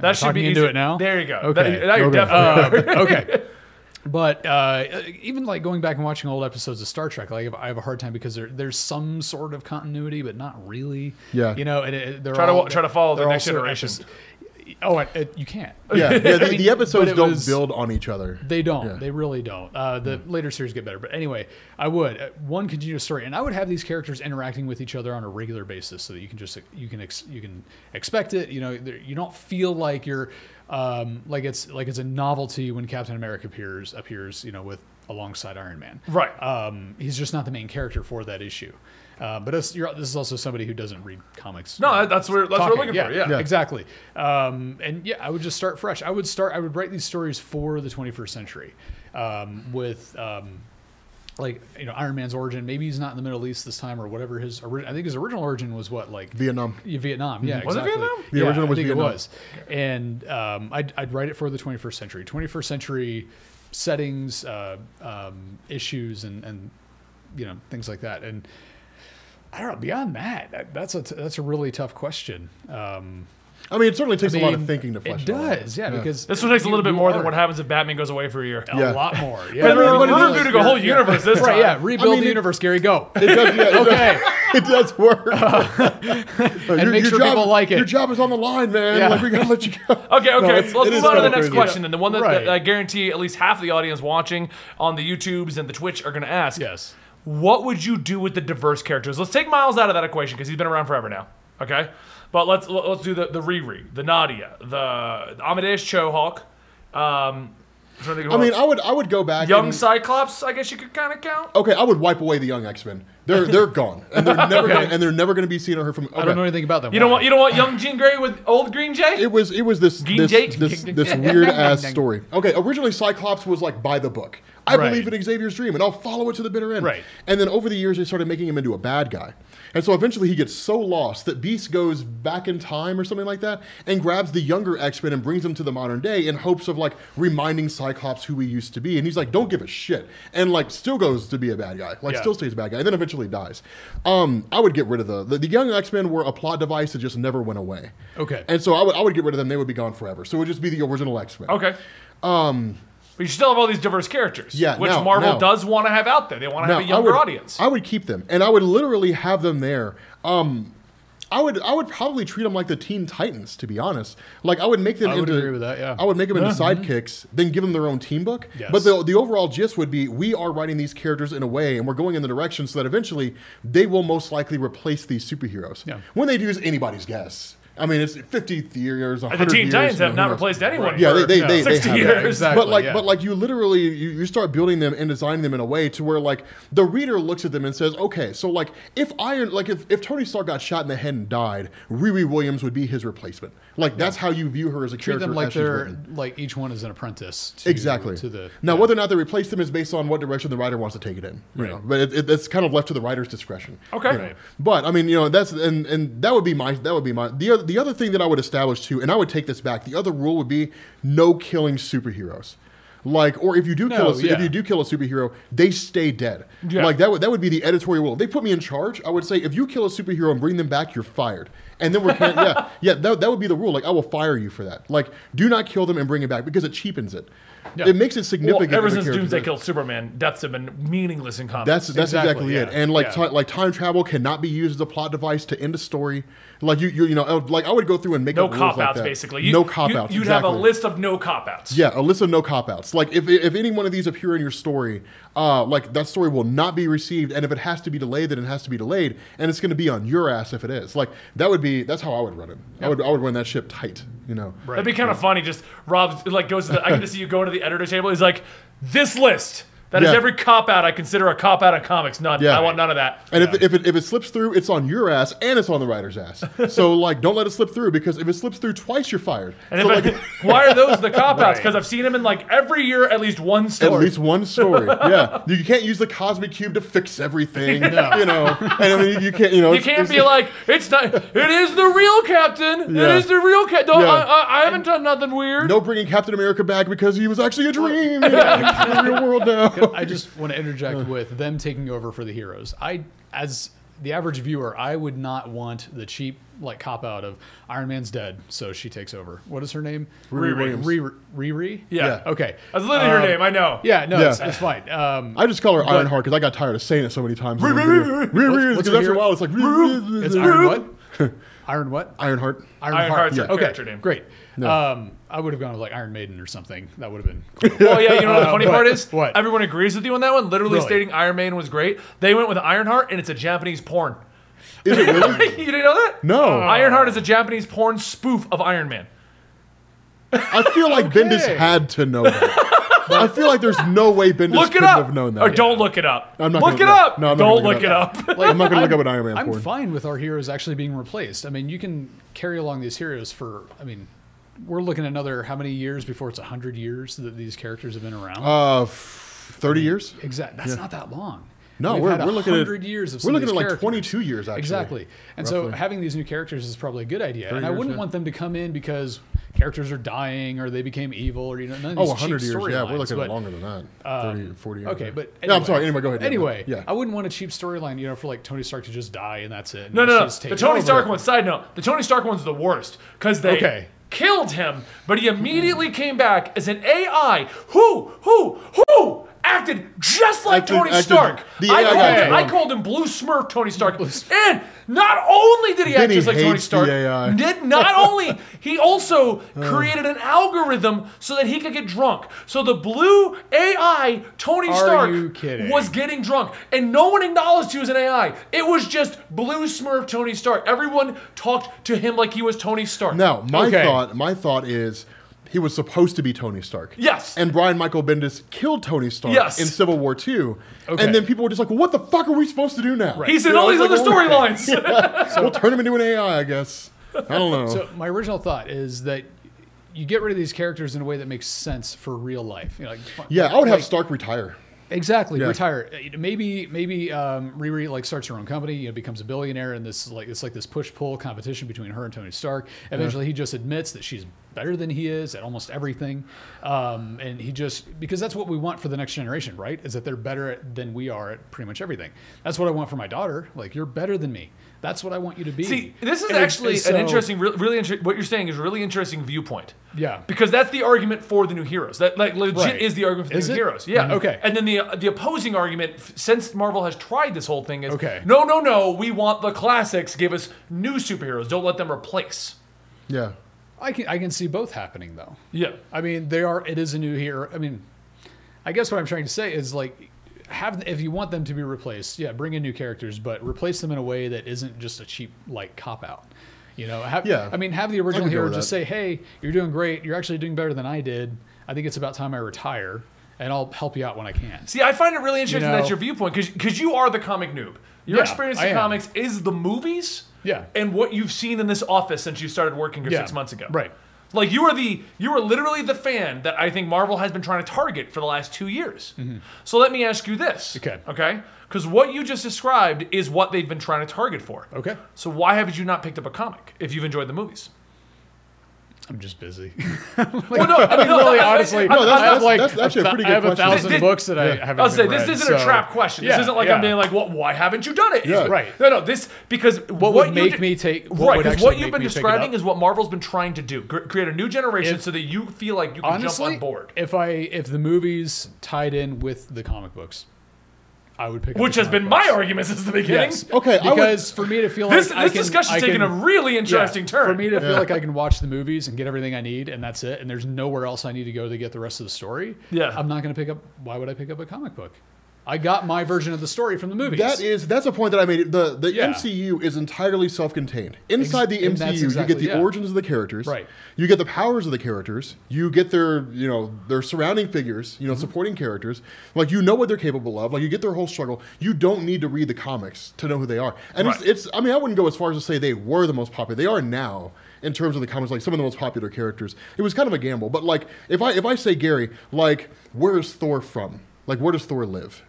[SPEAKER 1] that should
[SPEAKER 3] talking
[SPEAKER 1] be
[SPEAKER 3] into
[SPEAKER 1] easy.
[SPEAKER 3] it now?
[SPEAKER 1] There you go.
[SPEAKER 3] Okay.
[SPEAKER 1] That- now you're
[SPEAKER 2] Okay.
[SPEAKER 1] definitely.
[SPEAKER 3] Um, okay. But uh, even like going back and watching old episodes of Star Trek, like I have, I have a hard time because there, there's some sort of continuity, but not really.
[SPEAKER 2] Yeah.
[SPEAKER 3] You know, and it, they're
[SPEAKER 1] Try to
[SPEAKER 3] all-
[SPEAKER 1] wa- try to follow the
[SPEAKER 3] they're
[SPEAKER 1] next
[SPEAKER 3] also
[SPEAKER 1] generation.
[SPEAKER 3] episo- oh, and, uh, you can't.
[SPEAKER 2] Yeah, yeah the,
[SPEAKER 3] I mean,
[SPEAKER 2] the episodes
[SPEAKER 3] but it
[SPEAKER 2] don't
[SPEAKER 3] was-
[SPEAKER 2] build on each other.
[SPEAKER 3] They don't.
[SPEAKER 2] Yeah.
[SPEAKER 3] They really don't. Uh, the later series get better, but anyway, I would uh, one continuous story, and I would have these characters interacting with each other on a regular basis, so that you can just you can ex, you can expect it. You know, there- you don't feel like you're um, like it's like it's a novelty when Captain America appears appears. You know, with alongside Iron Man.
[SPEAKER 1] Right.
[SPEAKER 3] Um, he's just not the main character for that issue. Uh, but it's, you're, this is also somebody who doesn't read comics.
[SPEAKER 1] No, that- that's where that's what we're
[SPEAKER 3] Talking,
[SPEAKER 1] looking for. Yeah.
[SPEAKER 3] exactly. Um, and yeah, I would just start fresh. I would start. I would write these stories for the 21st century, um, with um, like you know Iron Man's origin. Maybe he's not in the Middle East this time, or whatever his. Ori- I think his original origin was what like
[SPEAKER 2] Vietnam.
[SPEAKER 3] yeah, Vietnam. Yeah,
[SPEAKER 1] Was it
[SPEAKER 3] exactly.
[SPEAKER 1] Vietnam?
[SPEAKER 2] The
[SPEAKER 3] Yeah,
[SPEAKER 2] original
[SPEAKER 3] I
[SPEAKER 2] was
[SPEAKER 3] think
[SPEAKER 2] Vietnam.
[SPEAKER 3] It was, and um, I'd, I'd write it for the 21st century. 21st century settings, uh, um, issues, and and you know things like that. And I don't know. Beyond that, that- that's a t- that's a really tough question. Um,
[SPEAKER 2] I mean, it certainly takes
[SPEAKER 3] I
[SPEAKER 2] a lot of
[SPEAKER 3] mean,
[SPEAKER 2] thinking to flesh
[SPEAKER 3] It
[SPEAKER 2] all out.
[SPEAKER 3] does, yeah, because
[SPEAKER 1] This one takes a little bit more than
[SPEAKER 3] are-
[SPEAKER 1] what happens if Batman goes away for a year.
[SPEAKER 3] a
[SPEAKER 2] Yeah.
[SPEAKER 3] lot more. Yeah,
[SPEAKER 1] We're, we're,
[SPEAKER 2] Everybody
[SPEAKER 1] we're
[SPEAKER 2] does.
[SPEAKER 1] doing a whole universe this
[SPEAKER 3] right.
[SPEAKER 1] time.
[SPEAKER 3] Yeah, rebuild
[SPEAKER 2] mean,
[SPEAKER 3] the
[SPEAKER 2] it-
[SPEAKER 3] universe, Gary. Go.
[SPEAKER 2] It does, yeah, it does.
[SPEAKER 3] Okay.
[SPEAKER 2] It does work. and
[SPEAKER 3] Uh, make sure
[SPEAKER 2] job,
[SPEAKER 3] people like it.
[SPEAKER 2] Your job is on the line, man.
[SPEAKER 3] Yeah.
[SPEAKER 2] Like, we gotta let you go.
[SPEAKER 1] Okay, okay.
[SPEAKER 2] No,
[SPEAKER 1] let's
[SPEAKER 2] it-
[SPEAKER 1] let's
[SPEAKER 2] it is
[SPEAKER 1] move on to
[SPEAKER 2] kinda
[SPEAKER 1] the next
[SPEAKER 2] crazy.
[SPEAKER 1] question, and the one that,
[SPEAKER 3] Right.
[SPEAKER 1] that I guarantee at least half the audience watching on the YouTubes and the Twitch are going to ask.
[SPEAKER 3] Yes.
[SPEAKER 1] What would you do with the diverse characters? Let's take Miles out of that equation because he's been around forever now. Okay, but let's let's do the the Riri, the Nadia, the, the Amadeus Chohawk. Um, I'm trying to think of who
[SPEAKER 2] I mean,
[SPEAKER 1] else.
[SPEAKER 2] I would I would go back.
[SPEAKER 1] young
[SPEAKER 2] and-
[SPEAKER 1] Cyclops. I guess you could kind of count.
[SPEAKER 2] okay, I would wipe away the young X Men. They're they're gone, and they're never gonna, and they're never going to be seen or heard from.
[SPEAKER 3] I
[SPEAKER 2] okay.
[SPEAKER 3] don't know anything about them.
[SPEAKER 1] You don't want you don't want young Jean Grey with old Green Jay.
[SPEAKER 2] It was it was this
[SPEAKER 1] Gene
[SPEAKER 2] this,
[SPEAKER 1] Jake.
[SPEAKER 2] this, this weird ass story. Okay, originally Cyclops was like by the book. I
[SPEAKER 3] Right.
[SPEAKER 2] believe in Xavier's dream, and I'll follow it to the bitter end.
[SPEAKER 3] Right.
[SPEAKER 2] And then over the years, they started making him into a bad guy, and so eventually he gets so lost that Beast goes back in time or something like that, and grabs the younger X Men and brings them to the modern day in hopes of like reminding Cyclops who he used to be. And he's like, "Don't give a shit," and like still goes to be a bad guy, like
[SPEAKER 3] Yeah.
[SPEAKER 2] still stays a bad guy, and then eventually dies. Um, I would get rid of the the, the young X Men were a plot device that just never went away.
[SPEAKER 3] Okay.
[SPEAKER 2] And so I would, I would get rid of them. They would be gone forever. So it would just be the original X Men.
[SPEAKER 1] Okay. Um, but you still have all these diverse characters.
[SPEAKER 2] Yeah,
[SPEAKER 1] which
[SPEAKER 2] now-
[SPEAKER 1] Marvel
[SPEAKER 2] now-
[SPEAKER 1] does want to have out there. They want to have a
[SPEAKER 2] I
[SPEAKER 1] younger
[SPEAKER 2] would,
[SPEAKER 1] audience.
[SPEAKER 2] I would keep them, and I would literally have them there. Um, I would I would probably treat them like the Teen Titans, to be honest. Like I would make them
[SPEAKER 3] I would
[SPEAKER 2] into
[SPEAKER 3] agree with that, yeah.
[SPEAKER 2] I would make them into sidekicks, then give them their own team book.
[SPEAKER 3] Yes.
[SPEAKER 2] But the the overall gist would be we are writing these characters in a way, and we're going in the direction so that eventually they will most likely replace these superheroes.
[SPEAKER 3] Yeah.
[SPEAKER 2] When they do is anybody's guess. I mean, it's 50th years, 100
[SPEAKER 1] the Teen
[SPEAKER 2] years,
[SPEAKER 1] Titans
[SPEAKER 2] you know,
[SPEAKER 1] have
[SPEAKER 2] who
[SPEAKER 1] not
[SPEAKER 2] knows.
[SPEAKER 1] replaced anyone.
[SPEAKER 2] Yeah,
[SPEAKER 1] for
[SPEAKER 2] they- they- they- they
[SPEAKER 1] 60
[SPEAKER 2] have. Yeah,
[SPEAKER 1] years.
[SPEAKER 3] exactly.
[SPEAKER 2] but like
[SPEAKER 3] yeah.
[SPEAKER 2] but like you literally you, you start building them and designing them in a way to where like the reader looks at them and says okay so like if iron like if, if tony stark got shot in the head and died riri williams would be his replacement like that's how you view her as a
[SPEAKER 3] treat
[SPEAKER 2] character
[SPEAKER 3] them like
[SPEAKER 2] as she's
[SPEAKER 3] they're
[SPEAKER 2] written.
[SPEAKER 3] like each one is an apprentice. To,
[SPEAKER 2] exactly
[SPEAKER 3] To the
[SPEAKER 2] now whether or not they replace them is based on what direction the writer wants to take it in you
[SPEAKER 3] Right.
[SPEAKER 2] know? but it, it, it's kind of left to the writer's discretion
[SPEAKER 1] Okay.
[SPEAKER 2] you know?
[SPEAKER 1] Right.
[SPEAKER 2] but i mean you know that's and and that would be my that would be my the other the other thing that i would establish too and i would take this back the other rule would be no killing superheroes like or if you do kill a,
[SPEAKER 3] No,
[SPEAKER 2] su- if
[SPEAKER 3] yeah.
[SPEAKER 2] you do kill a superhero they stay dead
[SPEAKER 1] Yeah.
[SPEAKER 2] like that would that would be the editorial rule if they put me in charge i would say if you kill a superhero and bring them back you're fired and then we're can- yeah yeah that, that would be the rule like i will fire you for that like do not kill them and bring it back because it cheapens it
[SPEAKER 3] Yeah.
[SPEAKER 2] it makes it
[SPEAKER 1] Well,
[SPEAKER 2] significant.
[SPEAKER 1] ever
[SPEAKER 2] of a
[SPEAKER 1] since
[SPEAKER 2] character.
[SPEAKER 1] Doomsday killed Superman, deaths have been meaningless in comics.
[SPEAKER 2] That's that's exactly,
[SPEAKER 3] Exactly,
[SPEAKER 2] it.
[SPEAKER 3] yeah.
[SPEAKER 2] And like
[SPEAKER 3] Yeah.
[SPEAKER 2] ti- like time travel cannot be used as a plot device to end a story. Like you you, you know I would- like I would go through and make
[SPEAKER 1] no
[SPEAKER 2] up rules
[SPEAKER 1] cop
[SPEAKER 2] like
[SPEAKER 1] outs,
[SPEAKER 2] that.
[SPEAKER 1] basically. You,
[SPEAKER 2] no cop outs.
[SPEAKER 1] You, would
[SPEAKER 2] exactly.
[SPEAKER 1] have a list of no cop outs.
[SPEAKER 2] Yeah, a list of no cop outs. Like if if any one of these appear in your story, uh, like that story will not be received, and if it has to be delayed, then it has to be delayed, and it's going to be on your ass if it is. Like that would be that's how I would run it. I would I would run that ship tight. You know.
[SPEAKER 3] Right.
[SPEAKER 1] That'd be kind of funny. Just Rob like goes to the. I can just see you going to the editor table. He's like, this list. That is
[SPEAKER 2] Yeah.
[SPEAKER 1] every cop out I consider a cop out of comics. None.
[SPEAKER 2] Yeah.
[SPEAKER 1] I want none of that.
[SPEAKER 2] And if, if, it, if it slips through, it's on your ass and it's on the writer's ass. So, like, don't let it slip through because if it slips through twice, you're fired.
[SPEAKER 1] And
[SPEAKER 2] so,
[SPEAKER 1] if I-
[SPEAKER 2] like,
[SPEAKER 1] why are those the cop outs?
[SPEAKER 3] Right.
[SPEAKER 1] Because I've seen him in like every year at least one
[SPEAKER 2] at
[SPEAKER 1] story.
[SPEAKER 2] least one story. Yeah. You can't use the cosmic cube to fix everything. You know, and I mean, you can't, you know.
[SPEAKER 1] You can't be like, it's not. It is the real captain.
[SPEAKER 2] Yeah.
[SPEAKER 1] It is the real captain. No,
[SPEAKER 2] Yeah.
[SPEAKER 1] I, I, I haven't done nothing weird.
[SPEAKER 2] No bringing Captain America back because he was actually a dream. You know, he's in the real world now.
[SPEAKER 3] I just want to
[SPEAKER 2] Uh.
[SPEAKER 3] interject with them taking over for the heroes. I, as the average viewer, I would not want the cheap like cop out of Iron Man's dead, so she takes over. What is her name?
[SPEAKER 2] Riri Williams.
[SPEAKER 3] Riri. Riri?
[SPEAKER 1] Yeah.
[SPEAKER 2] Yeah.
[SPEAKER 3] Okay. Um,
[SPEAKER 1] That's literally
[SPEAKER 2] Um,
[SPEAKER 1] her name. I know.
[SPEAKER 3] Yeah. No,
[SPEAKER 2] Yeah.
[SPEAKER 3] It's, it's fine. Um,
[SPEAKER 2] I just call her Ironheart because I got tired of saying it so many times. in one
[SPEAKER 1] What's-
[SPEAKER 2] video. Because
[SPEAKER 3] what's her
[SPEAKER 2] after a
[SPEAKER 3] hero?
[SPEAKER 2] while, it's like
[SPEAKER 3] it's Iron what? Iron what?
[SPEAKER 2] Ironheart.
[SPEAKER 1] Ironheart's her
[SPEAKER 3] okay.
[SPEAKER 1] character name.
[SPEAKER 3] Great.
[SPEAKER 2] No.
[SPEAKER 3] Um, I would have gone with like Iron Maiden or something. That would have been.
[SPEAKER 1] Well, yeah, you know what
[SPEAKER 2] Uh,
[SPEAKER 1] the funny
[SPEAKER 3] what?
[SPEAKER 1] part is?
[SPEAKER 3] What?
[SPEAKER 1] Everyone agrees with you on that one. Literally
[SPEAKER 3] Really?
[SPEAKER 1] stating Iron Man was great. They went with Ironheart, and it's a Japanese porn.
[SPEAKER 2] Is it
[SPEAKER 1] you
[SPEAKER 2] really?
[SPEAKER 1] didn't know that? Uh,
[SPEAKER 2] No.
[SPEAKER 1] Ironheart is a Japanese porn spoof of Iron Man.
[SPEAKER 2] I feel like Bendis had to know that. I feel like there's no way Bendis
[SPEAKER 1] Look it
[SPEAKER 2] couldn't
[SPEAKER 1] up.
[SPEAKER 2] have known that.
[SPEAKER 1] Or don't look it up.
[SPEAKER 2] I'm not
[SPEAKER 1] look it
[SPEAKER 2] gonna look-
[SPEAKER 1] up.
[SPEAKER 2] no, I'm not
[SPEAKER 1] don't
[SPEAKER 2] gonna
[SPEAKER 1] look it up.
[SPEAKER 2] I'm not going to look up an Iron Man
[SPEAKER 3] I'm
[SPEAKER 2] porn.
[SPEAKER 3] fine with our heroes actually being replaced. I mean, you can carry along these heroes for. I mean, we're looking at another how many years before it's hundred years that these characters have been around?
[SPEAKER 2] Uh, f- 30 years?
[SPEAKER 3] exactly. That's not that long.
[SPEAKER 2] No,
[SPEAKER 3] We've
[SPEAKER 2] we're-
[SPEAKER 3] had
[SPEAKER 2] we're looking at-
[SPEAKER 3] 100 years of
[SPEAKER 2] we're
[SPEAKER 3] some of
[SPEAKER 2] looking
[SPEAKER 3] these
[SPEAKER 2] at, like,
[SPEAKER 3] characters.
[SPEAKER 2] 22 years, actually,
[SPEAKER 3] Exactly. And so
[SPEAKER 2] roughly.
[SPEAKER 3] having these new characters is probably a good idea. And I
[SPEAKER 2] years,
[SPEAKER 3] wouldn't
[SPEAKER 2] yeah.
[SPEAKER 3] want them to come in because characters are dying or they became evil or you know none of
[SPEAKER 2] Oh,
[SPEAKER 3] these
[SPEAKER 2] 100
[SPEAKER 3] cheap
[SPEAKER 2] years. Yeah, we're
[SPEAKER 3] storylines,
[SPEAKER 2] looking
[SPEAKER 3] but- uh,
[SPEAKER 2] at longer than that. 30, 40 years.
[SPEAKER 3] Okay, but
[SPEAKER 2] No, I'm sorry. Anyway, go ahead. Yeah,
[SPEAKER 3] Anyway,
[SPEAKER 2] Yeah.
[SPEAKER 3] I wouldn't want a cheap storyline, you know, for like Tony Stark to just die and that's it.
[SPEAKER 1] No,
[SPEAKER 3] And
[SPEAKER 1] no, no.
[SPEAKER 3] it's just
[SPEAKER 1] The
[SPEAKER 3] taken
[SPEAKER 1] Tony
[SPEAKER 3] over.
[SPEAKER 1] Stark one. Side note: the Tony Stark one's the worst because they
[SPEAKER 3] Okay.
[SPEAKER 1] killed him, but he immediately came back as an AI who, who, who acted just like
[SPEAKER 2] Acted-
[SPEAKER 1] Tony
[SPEAKER 2] acted-
[SPEAKER 1] Stark.
[SPEAKER 2] the
[SPEAKER 1] I,
[SPEAKER 2] AI
[SPEAKER 1] called
[SPEAKER 2] guy
[SPEAKER 1] him, I
[SPEAKER 2] did.
[SPEAKER 1] called him Blue Smurf Tony Stark, and not only did he act
[SPEAKER 2] he
[SPEAKER 1] just like Tony
[SPEAKER 2] hates the
[SPEAKER 1] Stark,
[SPEAKER 2] AI.
[SPEAKER 1] did not only he also created an algorithm so that he could get drunk. So the blue AI Tony Stark
[SPEAKER 3] you kidding?
[SPEAKER 1] was getting drunk, and no one acknowledged he was an AI. It was just blue Smurf Tony Stark. Everyone talked to him like he was Tony Stark.
[SPEAKER 2] Now, my
[SPEAKER 3] Okay.
[SPEAKER 2] thought, my thought is, he was supposed to be Tony Stark.
[SPEAKER 1] Yes.
[SPEAKER 2] And Brian Michael Bendis killed Tony Stark
[SPEAKER 1] Yes.
[SPEAKER 2] in Civil War Two.
[SPEAKER 3] Okay.
[SPEAKER 2] And then people were just like, well, "What the fuck are we supposed to do now?"
[SPEAKER 1] he's in
[SPEAKER 2] You know,
[SPEAKER 1] all these
[SPEAKER 2] it's
[SPEAKER 1] other
[SPEAKER 2] like, well,
[SPEAKER 1] storylines.
[SPEAKER 2] we'll turn him into an AI, I guess. I don't know.
[SPEAKER 3] So my original thought is that you get rid of these characters in a way that makes sense for real life. You know, like, fu-
[SPEAKER 2] yeah, I would have
[SPEAKER 3] like-
[SPEAKER 2] Stark retire.
[SPEAKER 3] Exactly.
[SPEAKER 2] Yeah.
[SPEAKER 3] Retire. Uh, you know, Maybe maybe um, Riri like starts her own company, you know, becomes a billionaire, and this is like it's like this push pull competition between her and Tony Stark. Eventually, he just admits that she's better than he is at almost everything, um, and he just because that's what we want for the next generation, right? Is that they're better at, than we are at pretty much everything. That's what I want for my daughter. Like you're better than me. That's what I want you to be.
[SPEAKER 1] See, this is
[SPEAKER 3] And it's-
[SPEAKER 1] actually
[SPEAKER 3] and
[SPEAKER 1] an
[SPEAKER 3] so-
[SPEAKER 1] interesting, re- really interesting. What you're saying is a really interesting viewpoint.
[SPEAKER 3] Yeah.
[SPEAKER 1] Because that's the argument for the new heroes. That like legit
[SPEAKER 3] Right.
[SPEAKER 1] is the argument for the
[SPEAKER 3] Is
[SPEAKER 1] new
[SPEAKER 3] it?
[SPEAKER 1] heroes. Yeah.
[SPEAKER 3] Mhm. Okay.
[SPEAKER 1] And then the the opposing argument f- since Marvel has tried this whole thing is
[SPEAKER 3] Okay.
[SPEAKER 1] no, no, no. We want the classics. Give us new superheroes. Don't let them replace.
[SPEAKER 2] Yeah.
[SPEAKER 3] I can I can see both happening though.
[SPEAKER 1] Yeah.
[SPEAKER 3] I mean, they are. It is a new hero. I mean, I guess what I'm trying to say is like, have if you want them to be replaced, yeah, bring in new characters, but replace them in a way that isn't just a cheap like cop out. You know, have,
[SPEAKER 2] Yeah.
[SPEAKER 3] I mean, have the original
[SPEAKER 2] I can deal
[SPEAKER 3] hero
[SPEAKER 2] with
[SPEAKER 3] just
[SPEAKER 2] that.
[SPEAKER 3] say, "Hey, you're doing great. You're actually doing better than I did. I think it's about time I retire, and I'll help you out when I can."
[SPEAKER 1] See, I find it really interesting
[SPEAKER 3] know-
[SPEAKER 1] that's your viewpoint because you are the comic noob. Your
[SPEAKER 3] Yeah,
[SPEAKER 1] experience
[SPEAKER 3] I
[SPEAKER 1] in
[SPEAKER 3] am.
[SPEAKER 1] comics is the movies.
[SPEAKER 3] Yeah.
[SPEAKER 1] And what you've seen in this office since you started working here
[SPEAKER 3] Yeah,
[SPEAKER 1] six months ago.
[SPEAKER 3] right.
[SPEAKER 1] Like you are the you are literally the fan that I think Marvel has been trying to target for the last two years. So let me ask you this.
[SPEAKER 3] Mm-hmm. Okay.
[SPEAKER 1] Okay. Because what you just described is what they've been trying to target for.
[SPEAKER 3] Okay,
[SPEAKER 1] So why haven't you not picked up a comic if you've enjoyed the movies?
[SPEAKER 3] I'm just busy.
[SPEAKER 1] well, no, I mean, no,
[SPEAKER 3] really,
[SPEAKER 1] I- I-
[SPEAKER 3] honestly,
[SPEAKER 1] I-
[SPEAKER 2] No, that's-
[SPEAKER 3] I have
[SPEAKER 2] that's-
[SPEAKER 3] like
[SPEAKER 2] that's
[SPEAKER 3] a
[SPEAKER 2] actually a
[SPEAKER 3] thou-
[SPEAKER 2] pretty
[SPEAKER 3] I
[SPEAKER 2] good
[SPEAKER 3] have a
[SPEAKER 2] question.
[SPEAKER 3] thousand
[SPEAKER 1] Thi- thi-
[SPEAKER 3] books that I
[SPEAKER 2] yeah.
[SPEAKER 3] haven't.
[SPEAKER 1] I'll say
[SPEAKER 3] even
[SPEAKER 1] this
[SPEAKER 3] read,
[SPEAKER 1] isn't a
[SPEAKER 3] so-
[SPEAKER 1] trap question.
[SPEAKER 3] Yeah,
[SPEAKER 1] this isn't like
[SPEAKER 3] yeah.
[SPEAKER 1] I'm being like, "What? Why haven't you done it?" It's-
[SPEAKER 2] Yeah.
[SPEAKER 3] Right.
[SPEAKER 1] No, no. This because what,
[SPEAKER 3] would
[SPEAKER 1] you
[SPEAKER 3] make
[SPEAKER 1] did-
[SPEAKER 3] me take- what
[SPEAKER 1] right
[SPEAKER 3] would
[SPEAKER 1] 'cause
[SPEAKER 3] actually
[SPEAKER 1] what you've
[SPEAKER 3] make
[SPEAKER 1] been
[SPEAKER 3] me pick it
[SPEAKER 1] describing
[SPEAKER 3] up?
[SPEAKER 1] is what Marvel's been trying to do: cr- create a new generation so that you feel like you can jump
[SPEAKER 3] honestly,
[SPEAKER 1] on board,
[SPEAKER 3] if I if the movies tied in with the comic books, I would pick. up
[SPEAKER 1] which
[SPEAKER 3] the
[SPEAKER 1] has been
[SPEAKER 3] comic
[SPEAKER 1] my
[SPEAKER 3] books.
[SPEAKER 1] argument since the beginning.
[SPEAKER 3] Yes.
[SPEAKER 2] Okay, I would-
[SPEAKER 3] Because for me to feel
[SPEAKER 1] This,
[SPEAKER 3] like I
[SPEAKER 1] this
[SPEAKER 3] can-
[SPEAKER 1] discussion's
[SPEAKER 3] I
[SPEAKER 1] taking a
[SPEAKER 3] can-
[SPEAKER 1] really
[SPEAKER 3] yeah,
[SPEAKER 1] interesting turn.
[SPEAKER 3] For me to feel like I can watch the movies and get everything I need, and that's it, and there's nowhere else I need to go to get the rest of the story.
[SPEAKER 1] Yeah.
[SPEAKER 3] I'm not going to pick up. Why would I pick up a comic book? I got my version of the story from the movies.
[SPEAKER 2] That is that's a point that I made. The the
[SPEAKER 3] Yeah.
[SPEAKER 2] MCU is entirely self-contained. Inside the
[SPEAKER 3] and that's
[SPEAKER 2] MCU, you
[SPEAKER 3] exactly-
[SPEAKER 2] get the
[SPEAKER 3] yeah.
[SPEAKER 2] origins of the characters,
[SPEAKER 3] Right.
[SPEAKER 2] You get the powers of the characters. You get their you know their surrounding figures,
[SPEAKER 3] Mm-hmm.
[SPEAKER 2] you know supporting characters. Like you know what they're capable of. Like you get their whole struggle. You don't need to read the comics to know who they are. And
[SPEAKER 1] Right.
[SPEAKER 2] it's, it's I mean I wouldn't go as far as to say they were the most popular. They are now. In terms of the comics, like some of the most popular characters, it was kind of a gamble. But like, if I if I say Gary, like, where is Thor from? Like, where does Thor live?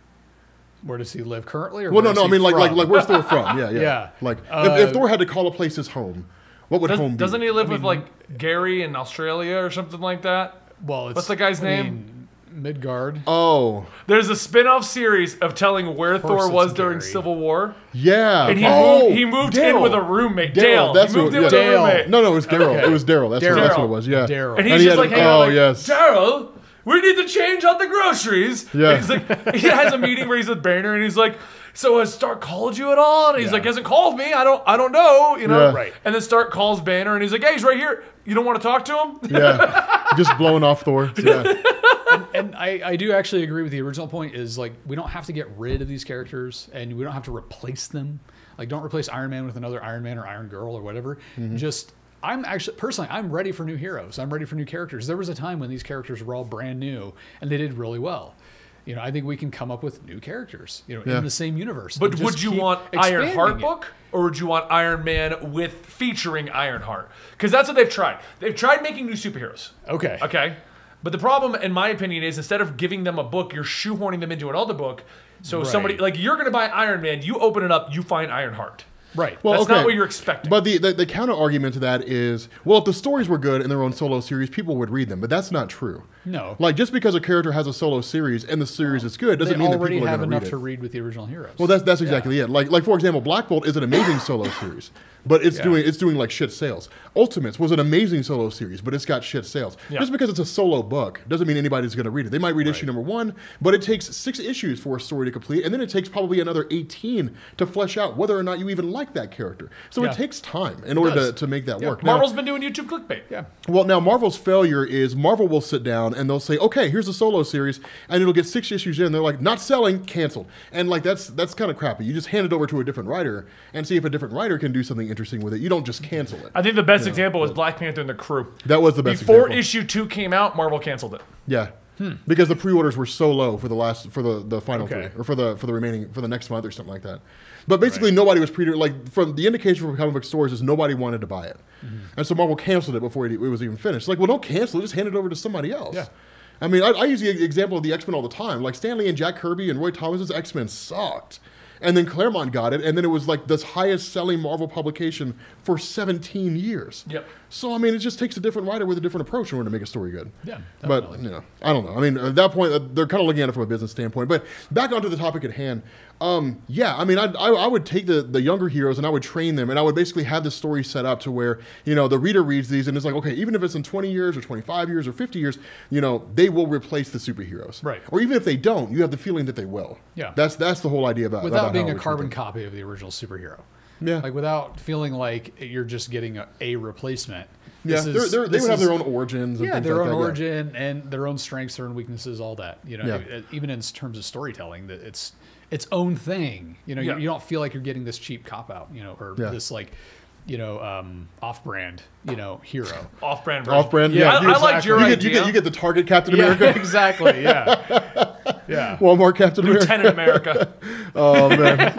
[SPEAKER 3] Where does he live currently? Or
[SPEAKER 2] Well, no,
[SPEAKER 3] where
[SPEAKER 2] no. I
[SPEAKER 3] is
[SPEAKER 2] mean,
[SPEAKER 3] he
[SPEAKER 2] like, like,
[SPEAKER 3] from?
[SPEAKER 2] like, where's Thor from? Yeah, yeah.
[SPEAKER 3] Yeah.
[SPEAKER 2] Like, if,
[SPEAKER 3] Uh,
[SPEAKER 2] if Thor had to call a place his home, what would home be?
[SPEAKER 1] Does, not he live with like Gary in Australia or something like that?
[SPEAKER 3] well, it's,
[SPEAKER 1] what's the guy's
[SPEAKER 3] I
[SPEAKER 1] name?
[SPEAKER 3] mean, Midgard.
[SPEAKER 2] Oh,
[SPEAKER 1] There's a spin-off series of telling where Thor
[SPEAKER 3] it's
[SPEAKER 1] was during
[SPEAKER 3] Gary.
[SPEAKER 1] Civil War,
[SPEAKER 2] yeah.
[SPEAKER 1] and he
[SPEAKER 2] oh,
[SPEAKER 1] moved, he moved in
[SPEAKER 2] Daryl.
[SPEAKER 1] with a roommate,
[SPEAKER 2] Daryl,
[SPEAKER 1] Dale.
[SPEAKER 2] that's
[SPEAKER 1] he moved
[SPEAKER 2] what-
[SPEAKER 1] in with
[SPEAKER 2] yeah.
[SPEAKER 1] a roommate.
[SPEAKER 2] No, no, it was Daryl. It was Daryl. That's, What, that's what it
[SPEAKER 1] Daryl.
[SPEAKER 2] was. Yeah.
[SPEAKER 3] Daryl.
[SPEAKER 1] And
[SPEAKER 3] And
[SPEAKER 1] he's
[SPEAKER 2] he
[SPEAKER 1] just
[SPEAKER 2] had
[SPEAKER 1] like,
[SPEAKER 2] a-
[SPEAKER 1] hanging out,
[SPEAKER 2] oh,
[SPEAKER 1] like,
[SPEAKER 2] yes.
[SPEAKER 1] Daryl, we need to change out the groceries.
[SPEAKER 2] Yeah.
[SPEAKER 1] And he's like, he has a meeting where he's with Banner, and he's like, so has Stark called you at all? And he's
[SPEAKER 3] Yeah.
[SPEAKER 1] like, hasn't called me. I don't, I don't know. You know.
[SPEAKER 2] Yeah. Right.
[SPEAKER 1] And then Stark calls Banner, and he's like, hey, he's right here. You don't want to talk to him?
[SPEAKER 2] yeah. Just blowing off Thor. Yeah.
[SPEAKER 3] and I, I do actually agree with the original point is like we don't have to get rid of these characters and we don't have to replace them like don't replace iron man with another iron man or iron girl or whatever
[SPEAKER 2] Mm-hmm.
[SPEAKER 3] just i'm actually personally i'm ready for new heroes i'm ready for new characters there was a time when these characters were all brand new and they did really well you know i think we can come up with new characters you know
[SPEAKER 2] Yeah.
[SPEAKER 3] in the same universe and
[SPEAKER 1] But
[SPEAKER 3] just
[SPEAKER 1] would you
[SPEAKER 3] keep
[SPEAKER 1] want Iron Heart
[SPEAKER 3] expanding it.
[SPEAKER 1] book or would you want Iron Man with featuring Iron Heart? Because that's what they've tried. They've tried making new superheroes.
[SPEAKER 3] okay
[SPEAKER 1] Okay. But the problem, in my opinion, is instead of giving them a book, you're shoehorning them into another book. So
[SPEAKER 3] Right.
[SPEAKER 1] somebody like you're gonna buy Iron Man, you open it up, you find Ironheart.
[SPEAKER 3] Right.
[SPEAKER 2] Well,
[SPEAKER 1] That's not
[SPEAKER 2] okay.
[SPEAKER 1] what you're expecting.
[SPEAKER 2] But the, the, the counter argument to that is, well, if the stories were good in their own solo series, people would read them. But that's not true.
[SPEAKER 3] No.
[SPEAKER 2] Like just because a character has a solo series and the series is good
[SPEAKER 3] they
[SPEAKER 2] doesn't mean that
[SPEAKER 3] already
[SPEAKER 2] people are
[SPEAKER 3] have
[SPEAKER 2] going to
[SPEAKER 3] enough
[SPEAKER 2] read it.
[SPEAKER 3] to read with the original heroes.
[SPEAKER 2] well, that's that's exactly it. Like like for example, Black Bolt is an amazing solo series, but it's doing it's doing like shit sales. Ultimates was an amazing solo series, but it's got shit sales.
[SPEAKER 1] Yeah.
[SPEAKER 2] Just because it's a solo book doesn't mean anybody's going to read it. They might read issue number one, but it takes six issues for a story to complete, and then it takes probably another eighteen to flesh out whether or not you even like that character. So
[SPEAKER 3] Yeah.
[SPEAKER 2] it takes time in order
[SPEAKER 3] does.
[SPEAKER 2] to, to make that work. Now-
[SPEAKER 1] Marvel's been doing YouTube clickbait.
[SPEAKER 3] yeah.
[SPEAKER 2] well, now Marvel's failure is Marvel will sit down and they'll say, "Okay, here's a solo series," and it'll get six issues in. they're like, "Not selling, canceled," and like that's that's kind of crappy. You just hand it over to a different writer and see if a different writer can do something interesting with it. You don't just cancel it.
[SPEAKER 1] I think the best example was Black Panther and the crew.
[SPEAKER 2] That was the best
[SPEAKER 1] Before
[SPEAKER 2] example.
[SPEAKER 1] issue two came out, Marvel canceled it.
[SPEAKER 2] yeah, because the pre-orders were so low for the last for the the final
[SPEAKER 3] Hmm. Okay.
[SPEAKER 2] three or for the for the remaining for the next month or something like that. But basically, nobody was pre like from the indication from comic book stores is nobody wanted to buy it,
[SPEAKER 3] Mm-hmm.
[SPEAKER 2] and so Marvel canceled it before it, it was even finished. Like, well, don't cancel it; just hand it over to somebody else.
[SPEAKER 3] Yeah.
[SPEAKER 2] I mean, I, I use the example of the X Men all the time. Like Stanley and Jack Kirby and Roy Thomas's X Men sucked, and then Claremont got it, and then it was like this highest selling Marvel publication for 17 years.
[SPEAKER 1] Yep.
[SPEAKER 2] So I mean, it just takes a different writer with a different approach in order to make a story good.
[SPEAKER 3] Yeah,
[SPEAKER 2] But you know, I don't know. I mean, at that point, uh, they're kind of looking at it from a business standpoint. But back onto the topic at hand. Um, yeah, I mean, I, I, I would take the, the younger heroes and I would train them, and I would basically have the story set up to where you know the reader reads these and it's like, okay, even if it's in 20 years or 25 years or 50 years, you know, they will replace the superheroes,
[SPEAKER 3] Right.
[SPEAKER 2] Or even if they don't, you have the feeling that they will.
[SPEAKER 3] Yeah.
[SPEAKER 2] That's that's the whole idea about about
[SPEAKER 3] Without
[SPEAKER 2] how
[SPEAKER 3] being
[SPEAKER 2] I
[SPEAKER 3] a
[SPEAKER 2] would treat
[SPEAKER 3] carbon
[SPEAKER 2] them.
[SPEAKER 3] copy of the original superhero.
[SPEAKER 2] Yeah.
[SPEAKER 3] Like without feeling like you're just getting a, a replacement.
[SPEAKER 2] Yeah,
[SPEAKER 3] This
[SPEAKER 2] they're,
[SPEAKER 3] is-
[SPEAKER 2] they're, they
[SPEAKER 3] this
[SPEAKER 2] would have
[SPEAKER 3] is-
[SPEAKER 2] their own origins. And
[SPEAKER 3] yeah,
[SPEAKER 2] things
[SPEAKER 3] their
[SPEAKER 2] like
[SPEAKER 3] own
[SPEAKER 2] that, yeah.
[SPEAKER 3] origin and their own strengths, their own weaknesses, all that. You know,
[SPEAKER 2] Yeah.
[SPEAKER 3] e- even in terms of storytelling, that it's its own thing. You know,
[SPEAKER 1] Yeah.
[SPEAKER 3] you, you don't feel like you're getting this cheap cop out. You know, or
[SPEAKER 2] Yeah.
[SPEAKER 3] this like, you know, um, off-brand, you know, hero.
[SPEAKER 1] Off-brand. version.
[SPEAKER 2] Off-brand,
[SPEAKER 1] I-
[SPEAKER 2] yeah.
[SPEAKER 1] I, liked your
[SPEAKER 2] you
[SPEAKER 1] idea.
[SPEAKER 2] Get, you, get, you get the Target Captain
[SPEAKER 3] Yeah,
[SPEAKER 2] America,
[SPEAKER 3] exactly. Yeah. Yeah.
[SPEAKER 2] Walmart Captain America.
[SPEAKER 1] Lieutenant America.
[SPEAKER 2] Oh man,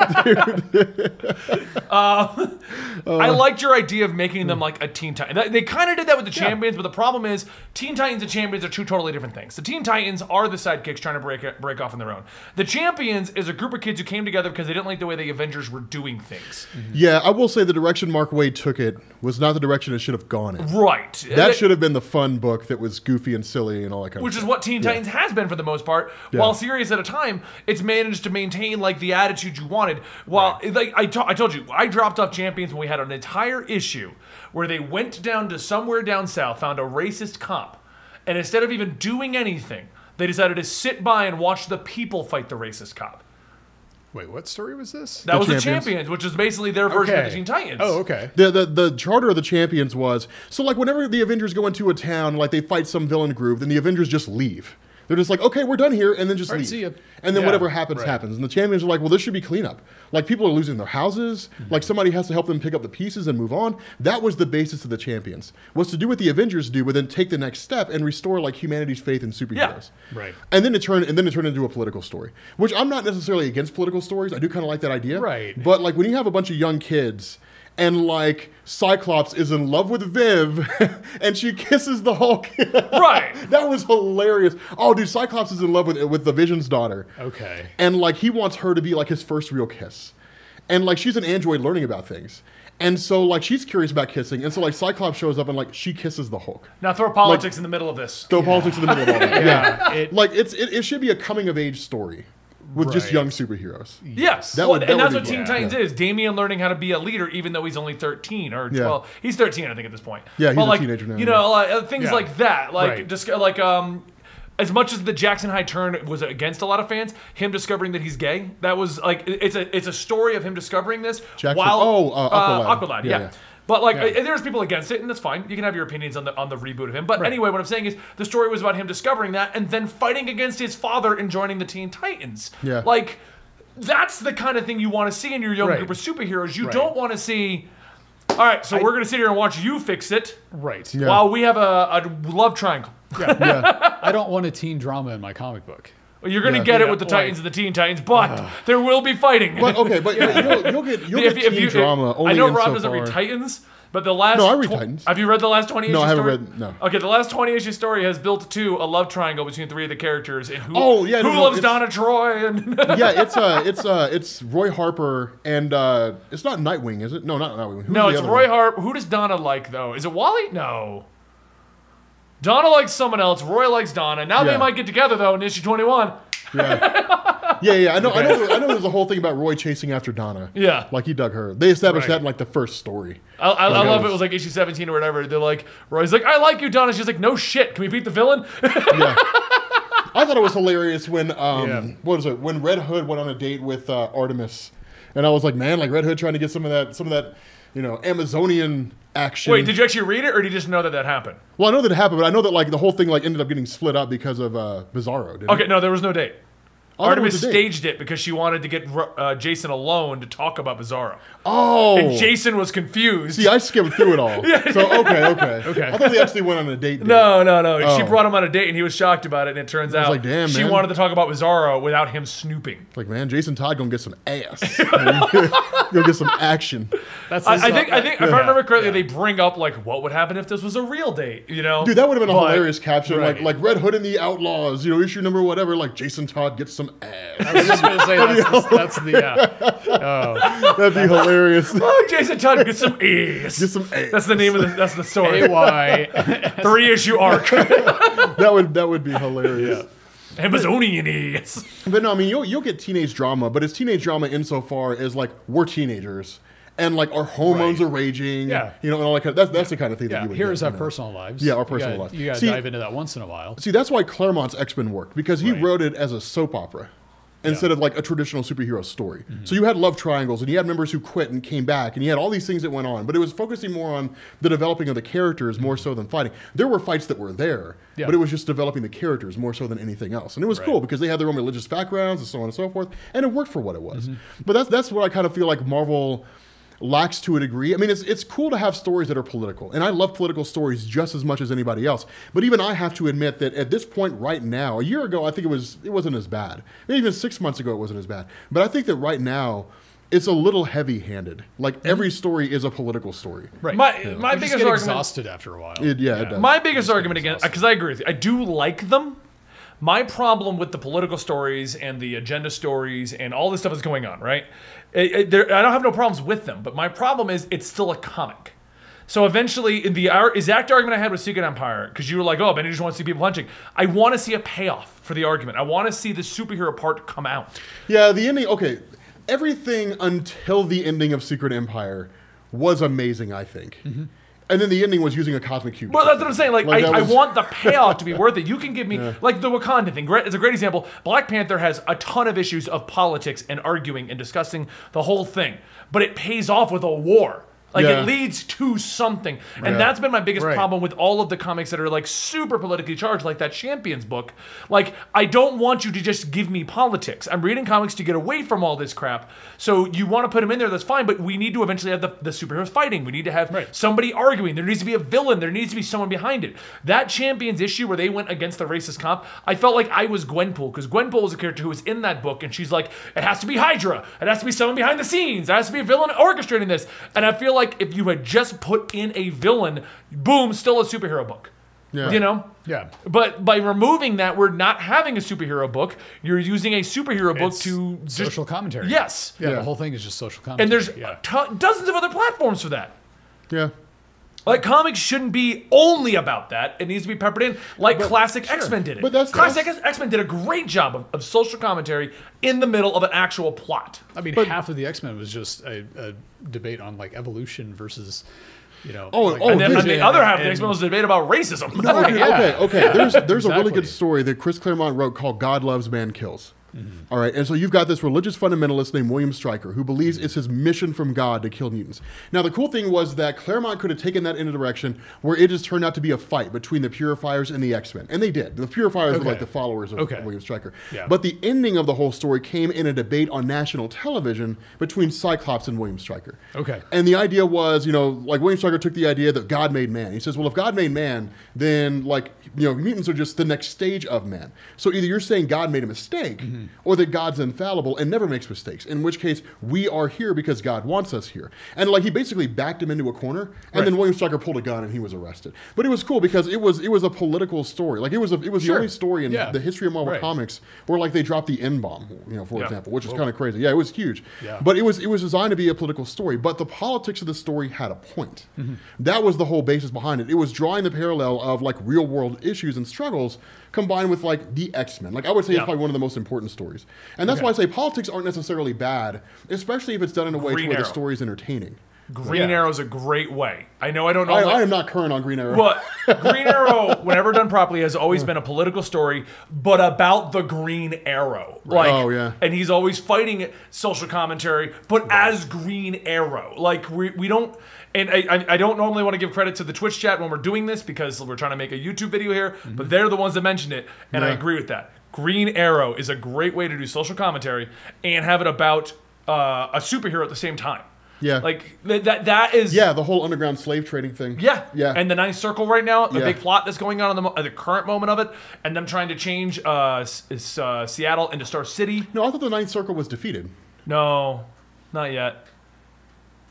[SPEAKER 1] I liked your idea of making them like a Teen Titan. They- They kind of did that with the Champions, but the problem is Teen Titans and Champions are two totally different things. The Teen Titans are the sidekicks trying to break break off on their own. The Champions is a group of kids who came together because they didn't like the way the Avengers were doing things.
[SPEAKER 2] yeah. I will say the direction Mark Wade took it was not the direction it should have gone in.
[SPEAKER 1] Right.
[SPEAKER 2] That
[SPEAKER 1] They-
[SPEAKER 2] should have been the fun book that was goofy and silly and all that kind
[SPEAKER 1] which
[SPEAKER 2] of
[SPEAKER 1] is
[SPEAKER 2] stuff.
[SPEAKER 1] what Teen Titans has been for the most part.
[SPEAKER 2] Yeah.
[SPEAKER 1] While series at a time, it's managed to maintain like the attitude you wanted. While like I to- I told you, I dropped off Champions when we had an entire issue where they went down to somewhere down south, found a racist cop, and instead of even doing anything, they decided to sit by and watch the people fight the racist cop.
[SPEAKER 3] Wait, what story was this?
[SPEAKER 1] That was the
[SPEAKER 2] Champions.
[SPEAKER 1] Champions, which is basically their version of the Teen Titans.
[SPEAKER 3] Oh, okay.
[SPEAKER 2] The, the the charter of the champions was so like whenever the Avengers go into a town, like they fight some villain group, then the Avengers just leave. They're just like, okay, we're done here, and then just
[SPEAKER 3] right,
[SPEAKER 2] leave.
[SPEAKER 3] see ya.
[SPEAKER 2] And then
[SPEAKER 3] Yeah,
[SPEAKER 2] whatever happens,
[SPEAKER 3] right.
[SPEAKER 2] happens. And the champions are like, well, this should be cleanup. Like people are losing their houses.
[SPEAKER 3] Mm-hmm.
[SPEAKER 2] Like somebody has to help them pick up the pieces and move on. That was the basis of the champions. Was to do what the Avengers do, but then take the next step and restore like humanity's faith in superheroes.
[SPEAKER 3] Right.
[SPEAKER 2] And then it turned and then it turned into a political story, which I'm not necessarily against political stories. I do kind of like that idea.
[SPEAKER 3] Right.
[SPEAKER 2] But like when you have a bunch of young kids and like Cyclops is in love with Viv and she kisses the Hulk.
[SPEAKER 1] Right.
[SPEAKER 2] that was hilarious. Oh, dude, Cyclops is in love with with the Vision's daughter.
[SPEAKER 3] Okay.
[SPEAKER 2] And like he wants her to be like his first real kiss. And like she's an android learning about things. And so like she's curious about kissing. And so like Cyclops shows up and like she kisses the Hulk.
[SPEAKER 1] Now throw politics in the middle of this.
[SPEAKER 2] Throw politics in the middle of all that. Yeah.
[SPEAKER 3] Yeah. It,
[SPEAKER 2] Like it's it, it should be a coming of age story with just
[SPEAKER 3] Right.
[SPEAKER 2] young superheroes.
[SPEAKER 1] Yes,
[SPEAKER 2] That
[SPEAKER 1] well,
[SPEAKER 2] would- that
[SPEAKER 1] and
[SPEAKER 2] would
[SPEAKER 1] that's
[SPEAKER 2] be
[SPEAKER 1] what Teen
[SPEAKER 2] cool.
[SPEAKER 1] Titans
[SPEAKER 2] Yeah.
[SPEAKER 1] is. Damien learning how to be a leader, even though he's only thirteen or
[SPEAKER 2] Yeah.
[SPEAKER 1] twelve. He's thirteen, I think, at this point.
[SPEAKER 2] Yeah, he's
[SPEAKER 1] But,
[SPEAKER 2] a
[SPEAKER 1] like,
[SPEAKER 2] teenager now,
[SPEAKER 1] You
[SPEAKER 2] yeah.
[SPEAKER 1] know, like, uh, things
[SPEAKER 3] Yeah.
[SPEAKER 1] like that. Like
[SPEAKER 3] Right.
[SPEAKER 1] dis- like um, as much as the Jackson High turn was against a lot of fans, him discovering that he's gay that was like it- it's a it's a story of him discovering this
[SPEAKER 2] Jackson-
[SPEAKER 1] while
[SPEAKER 2] oh, uh, Aqualad.
[SPEAKER 1] Aqualad,
[SPEAKER 2] Yeah,
[SPEAKER 1] yeah.
[SPEAKER 2] yeah.
[SPEAKER 1] But like, uh, there's people against it, and that's fine. You can have your opinions on the on the reboot of him. But anyway, what I'm saying is, the story was about him discovering that and then fighting against his father and joining the Teen Titans.
[SPEAKER 2] Yeah.
[SPEAKER 1] Like, that's the kind of thing you want to see in your young
[SPEAKER 3] Right.
[SPEAKER 1] group of superheroes. You
[SPEAKER 3] Right.
[SPEAKER 1] don't want to see. All right, so we're gonna sit here and watch you fix it
[SPEAKER 3] right.
[SPEAKER 2] Yeah.
[SPEAKER 1] while we have a, a love triangle.
[SPEAKER 3] I don't want a teen drama in my comic book.
[SPEAKER 1] You're going to
[SPEAKER 2] Yeah.
[SPEAKER 1] get it
[SPEAKER 3] Yeah,
[SPEAKER 1] with the
[SPEAKER 3] like-
[SPEAKER 1] Titans and the Teen Titans, but there will be fighting.
[SPEAKER 2] But okay, but you'll, you'll get you'll
[SPEAKER 1] if,
[SPEAKER 2] get
[SPEAKER 1] if
[SPEAKER 2] teen
[SPEAKER 1] you,
[SPEAKER 2] drama. only
[SPEAKER 1] I know
[SPEAKER 2] in
[SPEAKER 1] Rob
[SPEAKER 2] so
[SPEAKER 1] doesn't read
[SPEAKER 2] far.
[SPEAKER 1] Titans, but the last
[SPEAKER 2] No, I read
[SPEAKER 1] tw-
[SPEAKER 2] Titans.
[SPEAKER 1] Have you read the last twenty?
[SPEAKER 2] No,
[SPEAKER 1] issue
[SPEAKER 2] I haven't
[SPEAKER 1] story?
[SPEAKER 2] read- no.
[SPEAKER 1] Okay, the last twenty issue story has built to a love triangle between three of the characters and who.
[SPEAKER 2] Oh, yeah,
[SPEAKER 1] who
[SPEAKER 2] no, no,
[SPEAKER 1] loves
[SPEAKER 2] it's-
[SPEAKER 1] Donna Troy and
[SPEAKER 2] yeah, it's uh, it's uh, it's Roy Harper and uh, it's not Nightwing, is it? No, not Nightwing. Who's
[SPEAKER 1] no,
[SPEAKER 2] the
[SPEAKER 1] it's
[SPEAKER 2] other
[SPEAKER 1] Roy
[SPEAKER 2] one?
[SPEAKER 1] Harp. Who does Donna like though? Is it Wally? No. Donna likes someone else. Roy likes Donna. Now they
[SPEAKER 2] Yeah.
[SPEAKER 1] might get together though in issue twenty one.
[SPEAKER 2] Yeah, yeah, I know, I know, I know. There's a whole thing about Roy chasing after Donna.
[SPEAKER 1] Yeah.
[SPEAKER 2] like he dug her. They established
[SPEAKER 1] Right.
[SPEAKER 2] that in like the first story.
[SPEAKER 1] I, I, I
[SPEAKER 2] Okay.
[SPEAKER 1] love it. It was like issue 17 or whatever. They're like, Roy's like, I like you, Donna. She's like, no shit. Can we beat the villain?
[SPEAKER 2] Yeah. I thought it was hilarious when um,
[SPEAKER 1] Yeah.
[SPEAKER 2] what was it? When Red Hood went on a date with uh, Artemis, and I was like, man, like Red Hood trying to get some of that, some of that, you know, Amazonian action.
[SPEAKER 1] Wait, did you actually read it or did you just know that that happened?
[SPEAKER 2] Well, I know that it happened, but I know that like the whole thing like ended up getting split up because of uh, Bizarro. Didn't
[SPEAKER 1] Okay,
[SPEAKER 2] It?
[SPEAKER 1] no, there was no date.
[SPEAKER 2] I thought it
[SPEAKER 1] Artemis
[SPEAKER 2] Oh, was a date.
[SPEAKER 1] staged it because she wanted to get Ro- uh, Jason alone to talk about Bizarro.
[SPEAKER 2] Oh.
[SPEAKER 1] And Jason was confused.
[SPEAKER 2] See, I skimmed through it all. So okay, okay,
[SPEAKER 3] Okay.
[SPEAKER 2] I thought they actually went on a date. date.
[SPEAKER 1] no, no, no. She
[SPEAKER 2] Oh.
[SPEAKER 1] brought him on a date and he was shocked about it. And it turns out
[SPEAKER 2] like, "Damn,
[SPEAKER 1] she
[SPEAKER 2] man."
[SPEAKER 1] wanted to talk about Bizarro without him snooping.
[SPEAKER 2] It's like, man, Jason Todd gonna get some ass. gonna get some action.
[SPEAKER 3] That's
[SPEAKER 1] I,
[SPEAKER 3] that's
[SPEAKER 1] I
[SPEAKER 3] not-
[SPEAKER 1] think, I think, if I
[SPEAKER 3] Yeah,
[SPEAKER 1] remember correctly,
[SPEAKER 3] yeah.
[SPEAKER 1] they bring up like what would happen if this was a real date, you know?
[SPEAKER 2] Dude, that would have been a
[SPEAKER 1] But-
[SPEAKER 2] hilarious caption,
[SPEAKER 3] right.
[SPEAKER 2] like like Red Hood and the Outlaws, you know, issue number whatever, like Jason Todd gets some ass.
[SPEAKER 3] I was just gonna say that's, the, that's the yeah.
[SPEAKER 2] That'd be hilarious.
[SPEAKER 1] Oh, Jason Todd gets some A's.
[SPEAKER 2] Get some ass.
[SPEAKER 1] That's the name of the. That's the
[SPEAKER 3] Oh,
[SPEAKER 1] story.
[SPEAKER 3] AY.
[SPEAKER 1] Three issue arc.
[SPEAKER 2] That would that would be hilarious.
[SPEAKER 1] Amazonian A's.
[SPEAKER 2] But no, I mean you'll you'll get teenage drama, but it's teenage drama insofar as like we're teenagers and like our hormones
[SPEAKER 3] Right.
[SPEAKER 2] are raging.
[SPEAKER 3] Yeah.
[SPEAKER 2] You know, and all that kind of, that's that's the kind of thing that
[SPEAKER 3] Yeah,
[SPEAKER 2] you would
[SPEAKER 3] here
[SPEAKER 2] get,
[SPEAKER 3] is
[SPEAKER 2] you
[SPEAKER 3] our
[SPEAKER 2] know.
[SPEAKER 3] personal lives.
[SPEAKER 2] Yeah, our
[SPEAKER 3] You
[SPEAKER 2] personal
[SPEAKER 3] gotta-
[SPEAKER 2] life.
[SPEAKER 3] You gotta
[SPEAKER 2] See-
[SPEAKER 3] dive into that once in a while.
[SPEAKER 2] See, that's why Claremont's X Men worked because he
[SPEAKER 3] Right.
[SPEAKER 2] wrote it as a soap opera instead of like a traditional superhero story.
[SPEAKER 3] Mm-hmm.
[SPEAKER 2] So you had love triangles and you had members who quit and came back and you had all these things that went on, but it was focusing more on the developing of the characters more so than fighting. There were fights that were there,
[SPEAKER 3] Mm-hmm. Yeah.
[SPEAKER 2] but it was just developing the characters more so than anything else. And it was
[SPEAKER 3] Right.
[SPEAKER 2] cool because they had their own religious backgrounds and so on and so forth, and it worked for what it was.
[SPEAKER 3] Mm-hmm.
[SPEAKER 2] But that's that's what I kind of feel like Marvel lacks to a degree. I mean, it's it's cool to have stories that are political, and I love political stories just as much as anybody else. But even I have to admit that at this point, right now, a year ago, I think it was it wasn't as bad. Maybe even six months ago, it wasn't as bad. But I think that right now, it's a little heavy-handed. Like every story is a political story.
[SPEAKER 3] Mm-hmm. Right.
[SPEAKER 1] My my
[SPEAKER 3] You just
[SPEAKER 1] biggest
[SPEAKER 3] get
[SPEAKER 1] argument.
[SPEAKER 3] exhausted after a while.
[SPEAKER 2] It- yeah, it does.
[SPEAKER 1] My biggest argument against because I agree with you. I do like them. My problem with the political stories and the agenda stories and all this stuff that's going on, right? It- it- there- I don't have no problems with them, but my problem is it's still a comic. So eventually, in the ar- exact argument I had with Secret Empire, because you were like, "Oh, Benny just wants to see people punching." I want to see a payoff for the argument. I want to see the superhero part come out.
[SPEAKER 2] Yeah, the ending. Okay, everything until the ending of Secret Empire was amazing. I think, and then the ending was using a cosmic cube.
[SPEAKER 1] Mm-hmm. Well, that's what I'm saying. Like,
[SPEAKER 2] Like,
[SPEAKER 1] I,
[SPEAKER 2] that was-
[SPEAKER 1] I want the payoff to be worth it. You can give me like the Wakanda thing. Great, it's a great example. Black Panther has a ton of issues of politics and arguing and discussing the whole thing, but it pays off with a war. Like
[SPEAKER 2] Yeah.
[SPEAKER 1] it leads to something, and
[SPEAKER 2] Yeah.
[SPEAKER 1] that's been my biggest
[SPEAKER 3] Right.
[SPEAKER 1] problem with all of the comics that are like super politically charged, like that Champions book. Like I don't want you to just give me politics. I'm reading comics to get away from all this crap. So you want to put them in there, that's fine. But we need to eventually have the, the superheroes fighting. We need to have
[SPEAKER 3] Right.
[SPEAKER 1] somebody arguing. There needs to be a villain. There needs to be someone behind it. That Champions issue where they went against the racist cop, I felt like I was Gwenpool because Gwenpool was a character who was in that book, and she's like, it has to be Hydra. It has to be someone behind the scenes. It has to be a villain orchestrating this. And I feel like if you had just put in a villain, boom, still a superhero book.
[SPEAKER 2] Yeah.
[SPEAKER 1] You know?
[SPEAKER 3] Yeah.
[SPEAKER 1] But by removing that, we're not having a superhero book. You're using a superhero book
[SPEAKER 3] It's
[SPEAKER 1] to just-
[SPEAKER 3] social commentary.
[SPEAKER 1] Yes.
[SPEAKER 3] Yeah,
[SPEAKER 2] Yeah.
[SPEAKER 3] the whole thing is just social commentary.
[SPEAKER 1] And there's
[SPEAKER 3] yeah.
[SPEAKER 1] to- dozens of other platforms for that.
[SPEAKER 2] Yeah.
[SPEAKER 1] Like comics shouldn't be only about that. It needs to be peppered in, like classic X Men did it.
[SPEAKER 2] But that's-
[SPEAKER 1] classic X Men did a great job of, of social commentary in the middle of an actual plot.
[SPEAKER 3] I mean, half of the X Men was just a, a debate on like evolution versus, you know.
[SPEAKER 2] Oh,
[SPEAKER 3] like,
[SPEAKER 2] oh,
[SPEAKER 1] And then on the
[SPEAKER 2] vision
[SPEAKER 3] religion
[SPEAKER 1] other half of the
[SPEAKER 3] and-
[SPEAKER 1] X Men was a debate about racism.
[SPEAKER 2] No, dude,
[SPEAKER 3] yeah.
[SPEAKER 2] Okay, okay. There's there's a really
[SPEAKER 3] Exactly.
[SPEAKER 2] good story that Chris Claremont wrote called "God Loves Man Kills,"
[SPEAKER 3] Mm-hmm.
[SPEAKER 2] All right, and so you've got this religious fundamentalist named William Stryker who
[SPEAKER 3] Mm-hmm.
[SPEAKER 2] believes it's his mission from God to kill mutants. Now, the cool thing was that Claremont could have taken that in a direction where it just turned out to be a fight between the Purifiers and the X Men, and they did. The Purifiers were
[SPEAKER 3] Okay.
[SPEAKER 2] like the followers of
[SPEAKER 3] Okay.
[SPEAKER 2] William Stryker,
[SPEAKER 3] Yeah.
[SPEAKER 2] but the ending of the whole story came in a debate on national television between Cyclops and William Stryker.
[SPEAKER 3] Okay.
[SPEAKER 2] And the idea was, you know, like William Stryker took the idea that God made man. He says, well, if God made man, then like, you know, mutants are just the next stage of man. So either you're saying God made a mistake
[SPEAKER 3] Mm-hmm.
[SPEAKER 2] or that God's infallible and never makes mistakes, in which case we are here because God wants us here. And like he basically backed him into a corner and then William Stryker pulled a gun and he was arrested. But it was cool because it was it was a political story. Like it was a, it was
[SPEAKER 3] Sure.
[SPEAKER 2] the only story in
[SPEAKER 3] Yeah.
[SPEAKER 2] the history of Marvel
[SPEAKER 3] Right.
[SPEAKER 2] Comics where like they dropped the N bomb, you know, for
[SPEAKER 1] Yeah.
[SPEAKER 2] example, which is kind of crazy. Yeah, it was huge.
[SPEAKER 3] Yeah.
[SPEAKER 2] But it was it was designed to be a political story, but the politics of the story had a point.
[SPEAKER 1] Mm-hmm.
[SPEAKER 2] That was the whole basis behind it. It was drawing the parallel of like real world issues and struggles combined with like the X Men. Like I would say,
[SPEAKER 1] Yeah.
[SPEAKER 2] it's probably one of the most important stories, and that's why I say politics aren't necessarily bad, especially if it's done in a way to
[SPEAKER 1] Green
[SPEAKER 2] where the
[SPEAKER 1] Arrow.
[SPEAKER 2] story is entertaining.
[SPEAKER 1] Green
[SPEAKER 3] Yeah.
[SPEAKER 1] Arrow's a great way. I know I don't know.
[SPEAKER 2] I,
[SPEAKER 1] like-
[SPEAKER 2] I am not current on Green Arrow.
[SPEAKER 1] But Green Arrow, whenever done properly, has always been a political story, but about the Green Arrow. Like,
[SPEAKER 2] Oh, yeah.
[SPEAKER 1] And he's always fighting social commentary, but as Green Arrow. Like, we, we don't. And I, I- I don't normally want to give credit to the Twitch chat when we're doing this because we're trying to make a YouTube video here, but they're the ones that mentioned it, and I
[SPEAKER 2] Mm-hmm. Yeah.
[SPEAKER 1] agree with that. Green Arrow is a great way to do social commentary and have it about uh, a superhero at the same time.
[SPEAKER 2] Yeah.
[SPEAKER 1] Like, th- that, that is.
[SPEAKER 2] yeah, the whole underground slave trading thing.
[SPEAKER 1] Yeah,
[SPEAKER 2] yeah.
[SPEAKER 1] And the ninth circle right now, the
[SPEAKER 2] Yeah.
[SPEAKER 1] big plot that's going on in the, mo- at the current moment of it, and them trying to change uh, S- is, uh, Seattle into Star City.
[SPEAKER 2] no, I thought the Ninth Circle was defeated.
[SPEAKER 1] No, not yet.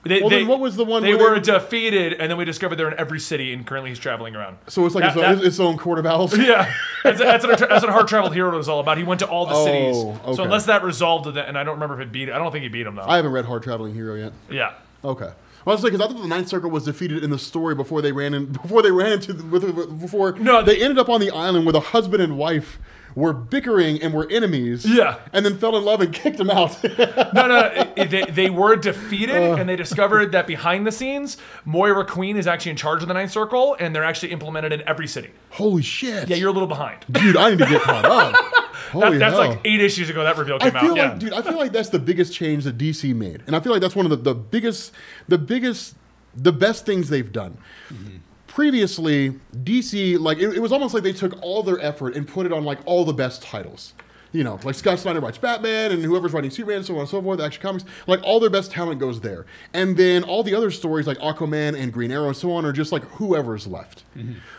[SPEAKER 1] They,
[SPEAKER 2] Well, then what was the one
[SPEAKER 1] They
[SPEAKER 2] where they
[SPEAKER 1] were
[SPEAKER 2] were-
[SPEAKER 1] defeated, and then we discovered they're in every city, and currently he's traveling around.
[SPEAKER 2] So it's like
[SPEAKER 1] That-
[SPEAKER 2] its, own,
[SPEAKER 1] that-
[SPEAKER 2] its own court of owls.
[SPEAKER 1] Yeah, that's, that's what, a- that's what Hard Traveled Hero was all about. He went to all the cities.
[SPEAKER 2] Oh,
[SPEAKER 1] So
[SPEAKER 2] okay.
[SPEAKER 1] unless that resolved it, and I don't remember if it beat. I don't think he beat him though.
[SPEAKER 2] I haven't read Hard Traveling Hero yet.
[SPEAKER 1] yeah.
[SPEAKER 2] Okay. Well, I was because I thought the Ninth Circle was defeated in the story before they ran in before they ran into the, with, with- before
[SPEAKER 1] No,
[SPEAKER 2] they ended up on the island where the husband and wife were bickering and were enemies.
[SPEAKER 1] Yeah.
[SPEAKER 2] and then fell in love and kicked him out.
[SPEAKER 1] No, no, it- it- they, they were defeated,
[SPEAKER 2] Uh.
[SPEAKER 1] and they discovered that behind the scenes, Moira Queen is actually in charge of the Ninth Circle, and they're actually implemented in every city.
[SPEAKER 2] Holy shit!
[SPEAKER 1] Yeah, you're a little behind.
[SPEAKER 2] dude. I need to get caught up. Holy
[SPEAKER 1] That, that's
[SPEAKER 2] hell.
[SPEAKER 1] like eight issues ago that reveal
[SPEAKER 2] I
[SPEAKER 1] came
[SPEAKER 2] feel
[SPEAKER 1] out. Yeah.
[SPEAKER 2] like, dude, I feel like that's the biggest change that DC made, and I feel like that's one of the, the biggest, the biggest, the best things they've done. Previously, DC like it, it was almost like they took all their effort and put it on like all the best titles. You know, like Scott Snyder writes Batman, and whoever's writing Superman, so on and so forth, Action Comics. Like all their best talent goes there, and then all the other stories like Aquaman and Green Arrow and so on are just like whoever's left.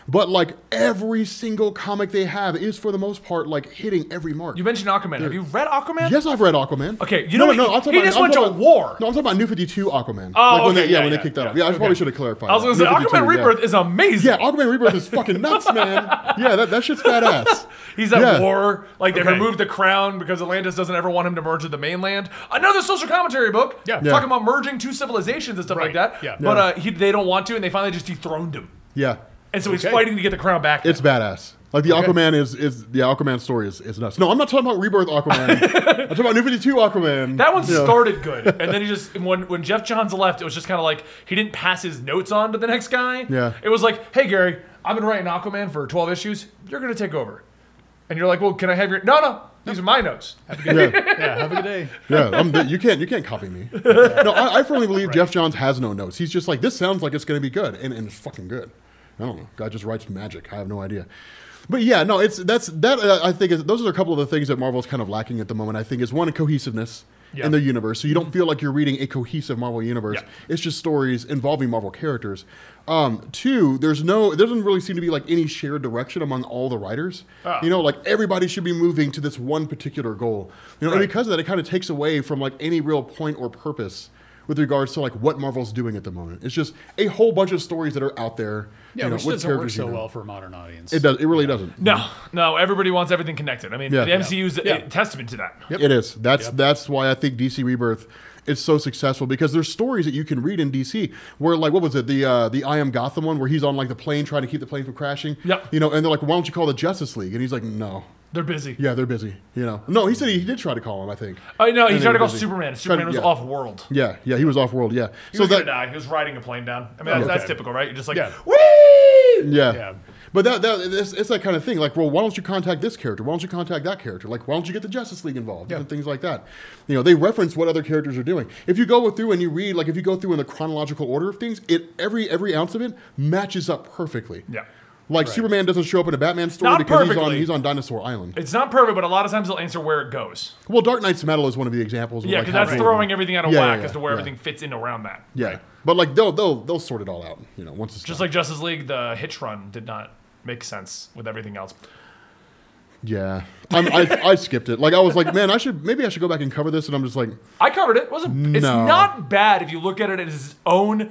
[SPEAKER 2] But like every single comic they have is for the most part like hitting every mark.
[SPEAKER 1] You mentioned Aquaman. Have you read Aquaman?
[SPEAKER 2] Yes, I've read Aquaman.
[SPEAKER 1] Okay, you know what? He- he just went to
[SPEAKER 2] talking about-
[SPEAKER 1] war.
[SPEAKER 2] No, I'm talking about New 52 Aquaman.
[SPEAKER 1] Oh,
[SPEAKER 2] when
[SPEAKER 1] okay,
[SPEAKER 2] they, yeah,
[SPEAKER 1] yeah,
[SPEAKER 2] when
[SPEAKER 1] yeah,
[SPEAKER 2] they kicked that up.
[SPEAKER 1] yeah.
[SPEAKER 2] Yeah, I probably
[SPEAKER 1] Okay.
[SPEAKER 2] should have clarified.
[SPEAKER 1] I was going to
[SPEAKER 2] that.
[SPEAKER 1] say,
[SPEAKER 2] New
[SPEAKER 1] Aquaman
[SPEAKER 2] 52, yeah.
[SPEAKER 1] Rebirth is amazing.
[SPEAKER 2] Yeah, Aquaman Rebirth is fucking nuts, man. Yeah, that, that shit's badass.
[SPEAKER 1] He's at
[SPEAKER 2] Yeah.
[SPEAKER 1] war. Like, they
[SPEAKER 3] Okay.
[SPEAKER 1] removed the crown because Atlantis doesn't ever want him to merge with the mainland. Another social commentary book.
[SPEAKER 3] Yeah.
[SPEAKER 1] Talking about merging two civilizations and stuff
[SPEAKER 3] Right,
[SPEAKER 1] like that.
[SPEAKER 3] yeah.
[SPEAKER 1] But
[SPEAKER 2] Yeah.
[SPEAKER 1] uh, he, they don't want to, and they finally just dethroned him.
[SPEAKER 2] Yeah,
[SPEAKER 1] And so he's
[SPEAKER 3] Okay.
[SPEAKER 1] fighting to get the crown back.
[SPEAKER 2] it's badass. Like the
[SPEAKER 3] Okay.
[SPEAKER 2] Aquaman is is the Aquaman story is, is nuts. No, I'm not talking about Rebirth Aquaman. I'm talking about New 52 Aquaman.
[SPEAKER 1] That one
[SPEAKER 2] You know.
[SPEAKER 1] started good, and then he just when when Jeff Johns left, it was just kind of like he didn't pass his notes on to the next guy.
[SPEAKER 2] Yeah.
[SPEAKER 1] it was like, hey Gary, I've been writing Aquaman for twelve issues. You're gonna take over, and you're like, well, can I have your? No, no, these are my notes.
[SPEAKER 2] Yeah,
[SPEAKER 3] yeah, have a good day.
[SPEAKER 2] yeah. I'm, you can't you can't copy me. No, I, I firmly believe Jeff Johns has no notes. He's just like this sounds like it's going to be good, and, and it's fucking good. I don't know. God just writes magic. I have no idea. But yeah, no, it's that's that uh, I think is those are a couple of the things that Marvel's kind of lacking at the moment. I think is one cohesiveness
[SPEAKER 1] Yeah.
[SPEAKER 2] in their universe, so you don't feel like you're reading a cohesive Marvel universe.
[SPEAKER 1] Yeah.
[SPEAKER 2] It's just stories involving Marvel characters. Um, two, there's no, there doesn't really seem to be like any shared direction among all the writers.
[SPEAKER 1] Ah.
[SPEAKER 2] You know, like everybody should be moving to this one particular goal. You know, and because of that, it kind of takes away from like any real point or purpose with regards to like what Marvel's doing at the moment. It's just a whole bunch of stories that are out there.
[SPEAKER 3] Yeah,
[SPEAKER 2] you know,
[SPEAKER 3] which
[SPEAKER 2] with
[SPEAKER 3] doesn't work
[SPEAKER 2] characters you
[SPEAKER 3] so
[SPEAKER 2] know.
[SPEAKER 3] well for a modern audience.
[SPEAKER 2] It does. It really doesn't.
[SPEAKER 1] No, no, everybody wants everything connected. I mean,
[SPEAKER 2] Yeah.
[SPEAKER 1] the MCU's a-
[SPEAKER 3] Yeah.
[SPEAKER 1] a testament to that.
[SPEAKER 2] It is. That's
[SPEAKER 3] Yep.
[SPEAKER 2] that's why I think DC Rebirth is so successful because there's stories that you can read in DC where like what was it the uh, the I Am Gotham one where he's on like the plane trying to keep the plane from crashing.
[SPEAKER 1] Yep.
[SPEAKER 2] You know, and they're like, why don't you call the Justice League? And he's like, no.
[SPEAKER 1] They're busy.
[SPEAKER 2] Yeah, they're busy. You know. No, he said he, he did try to call him. I think.
[SPEAKER 1] I know. He
[SPEAKER 2] And
[SPEAKER 1] tried to
[SPEAKER 2] they were
[SPEAKER 1] call
[SPEAKER 2] busy.
[SPEAKER 1] Superman.
[SPEAKER 2] Tried to-
[SPEAKER 1] Superman was
[SPEAKER 2] yeah.
[SPEAKER 1] off world.
[SPEAKER 2] Yeah, yeah, he was off world. Yeah.
[SPEAKER 1] He was gonna die. He was riding a plane down. I mean, that's, that's
[SPEAKER 3] Okay.
[SPEAKER 1] typical, right? You're just like,
[SPEAKER 3] Yeah.
[SPEAKER 1] wee,
[SPEAKER 2] Yeah.
[SPEAKER 3] Yeah.
[SPEAKER 2] But that, that it's, it's that kind of thing. Like, well, why don't you contact this character? Why don't you contact that character? Like, why don't you get the Justice League involved? Different things like that. You know, they reference what other characters are doing. If you go through and you read, like, if you go through in the chronological order of things, it every every ounce of it matches up perfectly.
[SPEAKER 1] Yeah.
[SPEAKER 2] Like Superman doesn't show up in a Batman story
[SPEAKER 1] Not
[SPEAKER 2] because he's on
[SPEAKER 1] perfectly.
[SPEAKER 2] he's on Dinosaur Island.
[SPEAKER 1] It's not perfect, but a lot of times they'll answer where it goes.
[SPEAKER 2] Well, Dark Knight's Metal is one of the examples. Of
[SPEAKER 1] Yeah,
[SPEAKER 2] like
[SPEAKER 1] because
[SPEAKER 2] how
[SPEAKER 1] that's
[SPEAKER 2] they-
[SPEAKER 1] throwing everything out of
[SPEAKER 2] Yeah, yeah,
[SPEAKER 1] whack
[SPEAKER 2] yeah,
[SPEAKER 1] as to where
[SPEAKER 2] yeah.
[SPEAKER 1] everything fits in around that.
[SPEAKER 2] Yeah, but like they'll they'll they'll sort it all out. You know, once it's
[SPEAKER 1] Just
[SPEAKER 2] done.
[SPEAKER 1] like Justice League, the hitch run did not make sense with everything else.
[SPEAKER 2] yeah, I'm, I I skipped it. Like I was like, man, I should maybe I should go back and cover this, and I'm just like.
[SPEAKER 1] I covered it. it wasn't It's
[SPEAKER 2] No.
[SPEAKER 1] not bad if you look at it as its own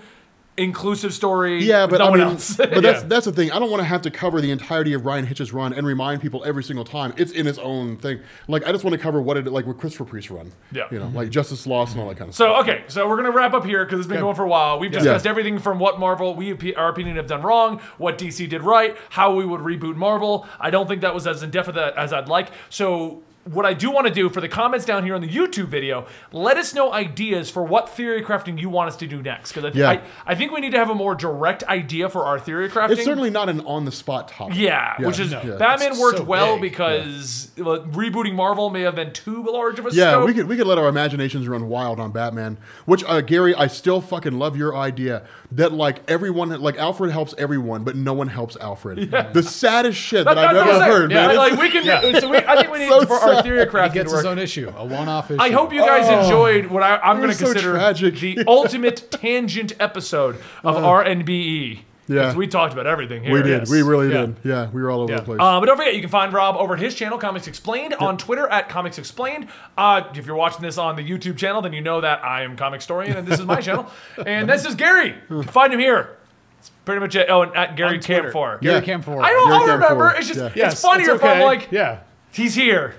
[SPEAKER 1] inclusive story.
[SPEAKER 2] Yeah,
[SPEAKER 1] with
[SPEAKER 2] but
[SPEAKER 1] no
[SPEAKER 2] I
[SPEAKER 1] one
[SPEAKER 2] mean,
[SPEAKER 1] else.
[SPEAKER 2] but
[SPEAKER 1] Yeah.
[SPEAKER 2] that's that's the thing. I don't want to have to cover the entirety of Ryan Hitch's run and remind people every single time it's in its own thing. Like I just want to cover what it like with Christopher Priest run.
[SPEAKER 1] Yeah.
[SPEAKER 2] you know, like Justice Lost and all that kind of stuff.
[SPEAKER 1] So okay, so we're gonna wrap up here because it's been going for a while. We've discussed
[SPEAKER 2] Yeah.
[SPEAKER 1] everything from what Marvel, we our opinion have done wrong, what DC did right, how we would reboot Marvel. I don't think that was as in depth as I'd like. So. What I do want to do for the comments down here on the YouTube video, let us know ideas for what theory crafting you want us to do next. Because I,
[SPEAKER 2] Yeah.
[SPEAKER 1] I, I think we need to have a more direct idea for our theory crafting.
[SPEAKER 2] It's certainly not an on the spot topic.
[SPEAKER 1] Yeah,
[SPEAKER 2] Yeah.
[SPEAKER 1] which is
[SPEAKER 2] No. Yeah.
[SPEAKER 1] Batman
[SPEAKER 3] It's
[SPEAKER 1] worked
[SPEAKER 3] so
[SPEAKER 1] well
[SPEAKER 3] big.
[SPEAKER 1] because well, rebooting Marvel may have been too large of a
[SPEAKER 2] Yeah,
[SPEAKER 1] scope.
[SPEAKER 2] we could we could let our imaginations run wild on Batman. Which uh, Gary, I still fucking love your idea that like everyone like Alfred helps everyone, but no one helps Alfred. The saddest shit that,
[SPEAKER 1] But
[SPEAKER 2] I've
[SPEAKER 1] that's what
[SPEAKER 2] ever
[SPEAKER 1] I'm saying.
[SPEAKER 2] heard,
[SPEAKER 1] Yeah,
[SPEAKER 2] man.
[SPEAKER 1] Like we can. So we, I think we need
[SPEAKER 2] So
[SPEAKER 1] for our
[SPEAKER 2] sad. Oh.
[SPEAKER 1] theory
[SPEAKER 3] He
[SPEAKER 1] crafting
[SPEAKER 3] gets
[SPEAKER 1] to
[SPEAKER 3] his
[SPEAKER 1] work.
[SPEAKER 3] own issue, a one-off issue.
[SPEAKER 1] I hope you guys enjoyed what I, I'm going to
[SPEAKER 2] so
[SPEAKER 1] consider
[SPEAKER 2] tragic. Oh.
[SPEAKER 1] the ultimate tangent episode of RNBE. 'Cause
[SPEAKER 2] Yeah.
[SPEAKER 1] E. we talked about everything here.
[SPEAKER 2] we did.
[SPEAKER 1] Yes.
[SPEAKER 2] We really
[SPEAKER 3] Yeah.
[SPEAKER 2] did. Yeah, we were all over
[SPEAKER 3] Yeah.
[SPEAKER 2] the place.
[SPEAKER 1] Uh, but don't forget, you can find Rob over at his channel, Comics Explained, on Twitter at Comics Explained. Uh, if you're watching this on the YouTube channel, then you know that I am Comic Storian, and this is my channel. And this is Gary. Find him here. It's pretty much it. Oh, and at Gary
[SPEAKER 3] On Twitter.
[SPEAKER 1] Camphor.
[SPEAKER 3] Gary
[SPEAKER 2] Yeah.
[SPEAKER 3] Camphor.
[SPEAKER 1] I don't
[SPEAKER 2] Gary
[SPEAKER 1] I'll remember.
[SPEAKER 2] Camphor.
[SPEAKER 1] It's just
[SPEAKER 2] Yeah.
[SPEAKER 3] Yes,
[SPEAKER 1] it's funnier if I'm
[SPEAKER 3] okay.
[SPEAKER 1] like
[SPEAKER 3] yeah.
[SPEAKER 1] he's here.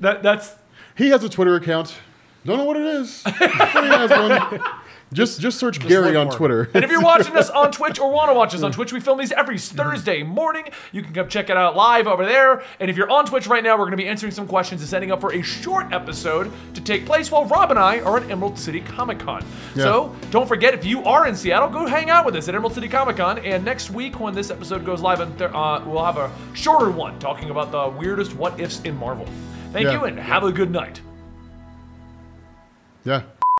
[SPEAKER 1] That that's
[SPEAKER 2] He has a Twitter account. Don't know what it is. but he has one. Just just search Gary
[SPEAKER 3] look
[SPEAKER 2] on
[SPEAKER 3] for it.
[SPEAKER 2] Twitter.
[SPEAKER 1] And if you're watching us on Twitch or want to watch us on Twitch, we film these every Thursday morning. You can come check it out live over there. And if you're on Twitch right now, we're going to be answering some questions and setting up for a short episode to take place while Rob and I are at Emerald City Comic Con.
[SPEAKER 2] Yeah.
[SPEAKER 1] So don't forget, if you are in Seattle, go hang out with us at Emerald City Comic Con. And next week, when this episode goes live, on Thur- uh, we'll have a shorter one talking about the weirdest what ifs in Marvel. Thank
[SPEAKER 2] Yeah.
[SPEAKER 1] you, and have a good night.
[SPEAKER 2] yeah.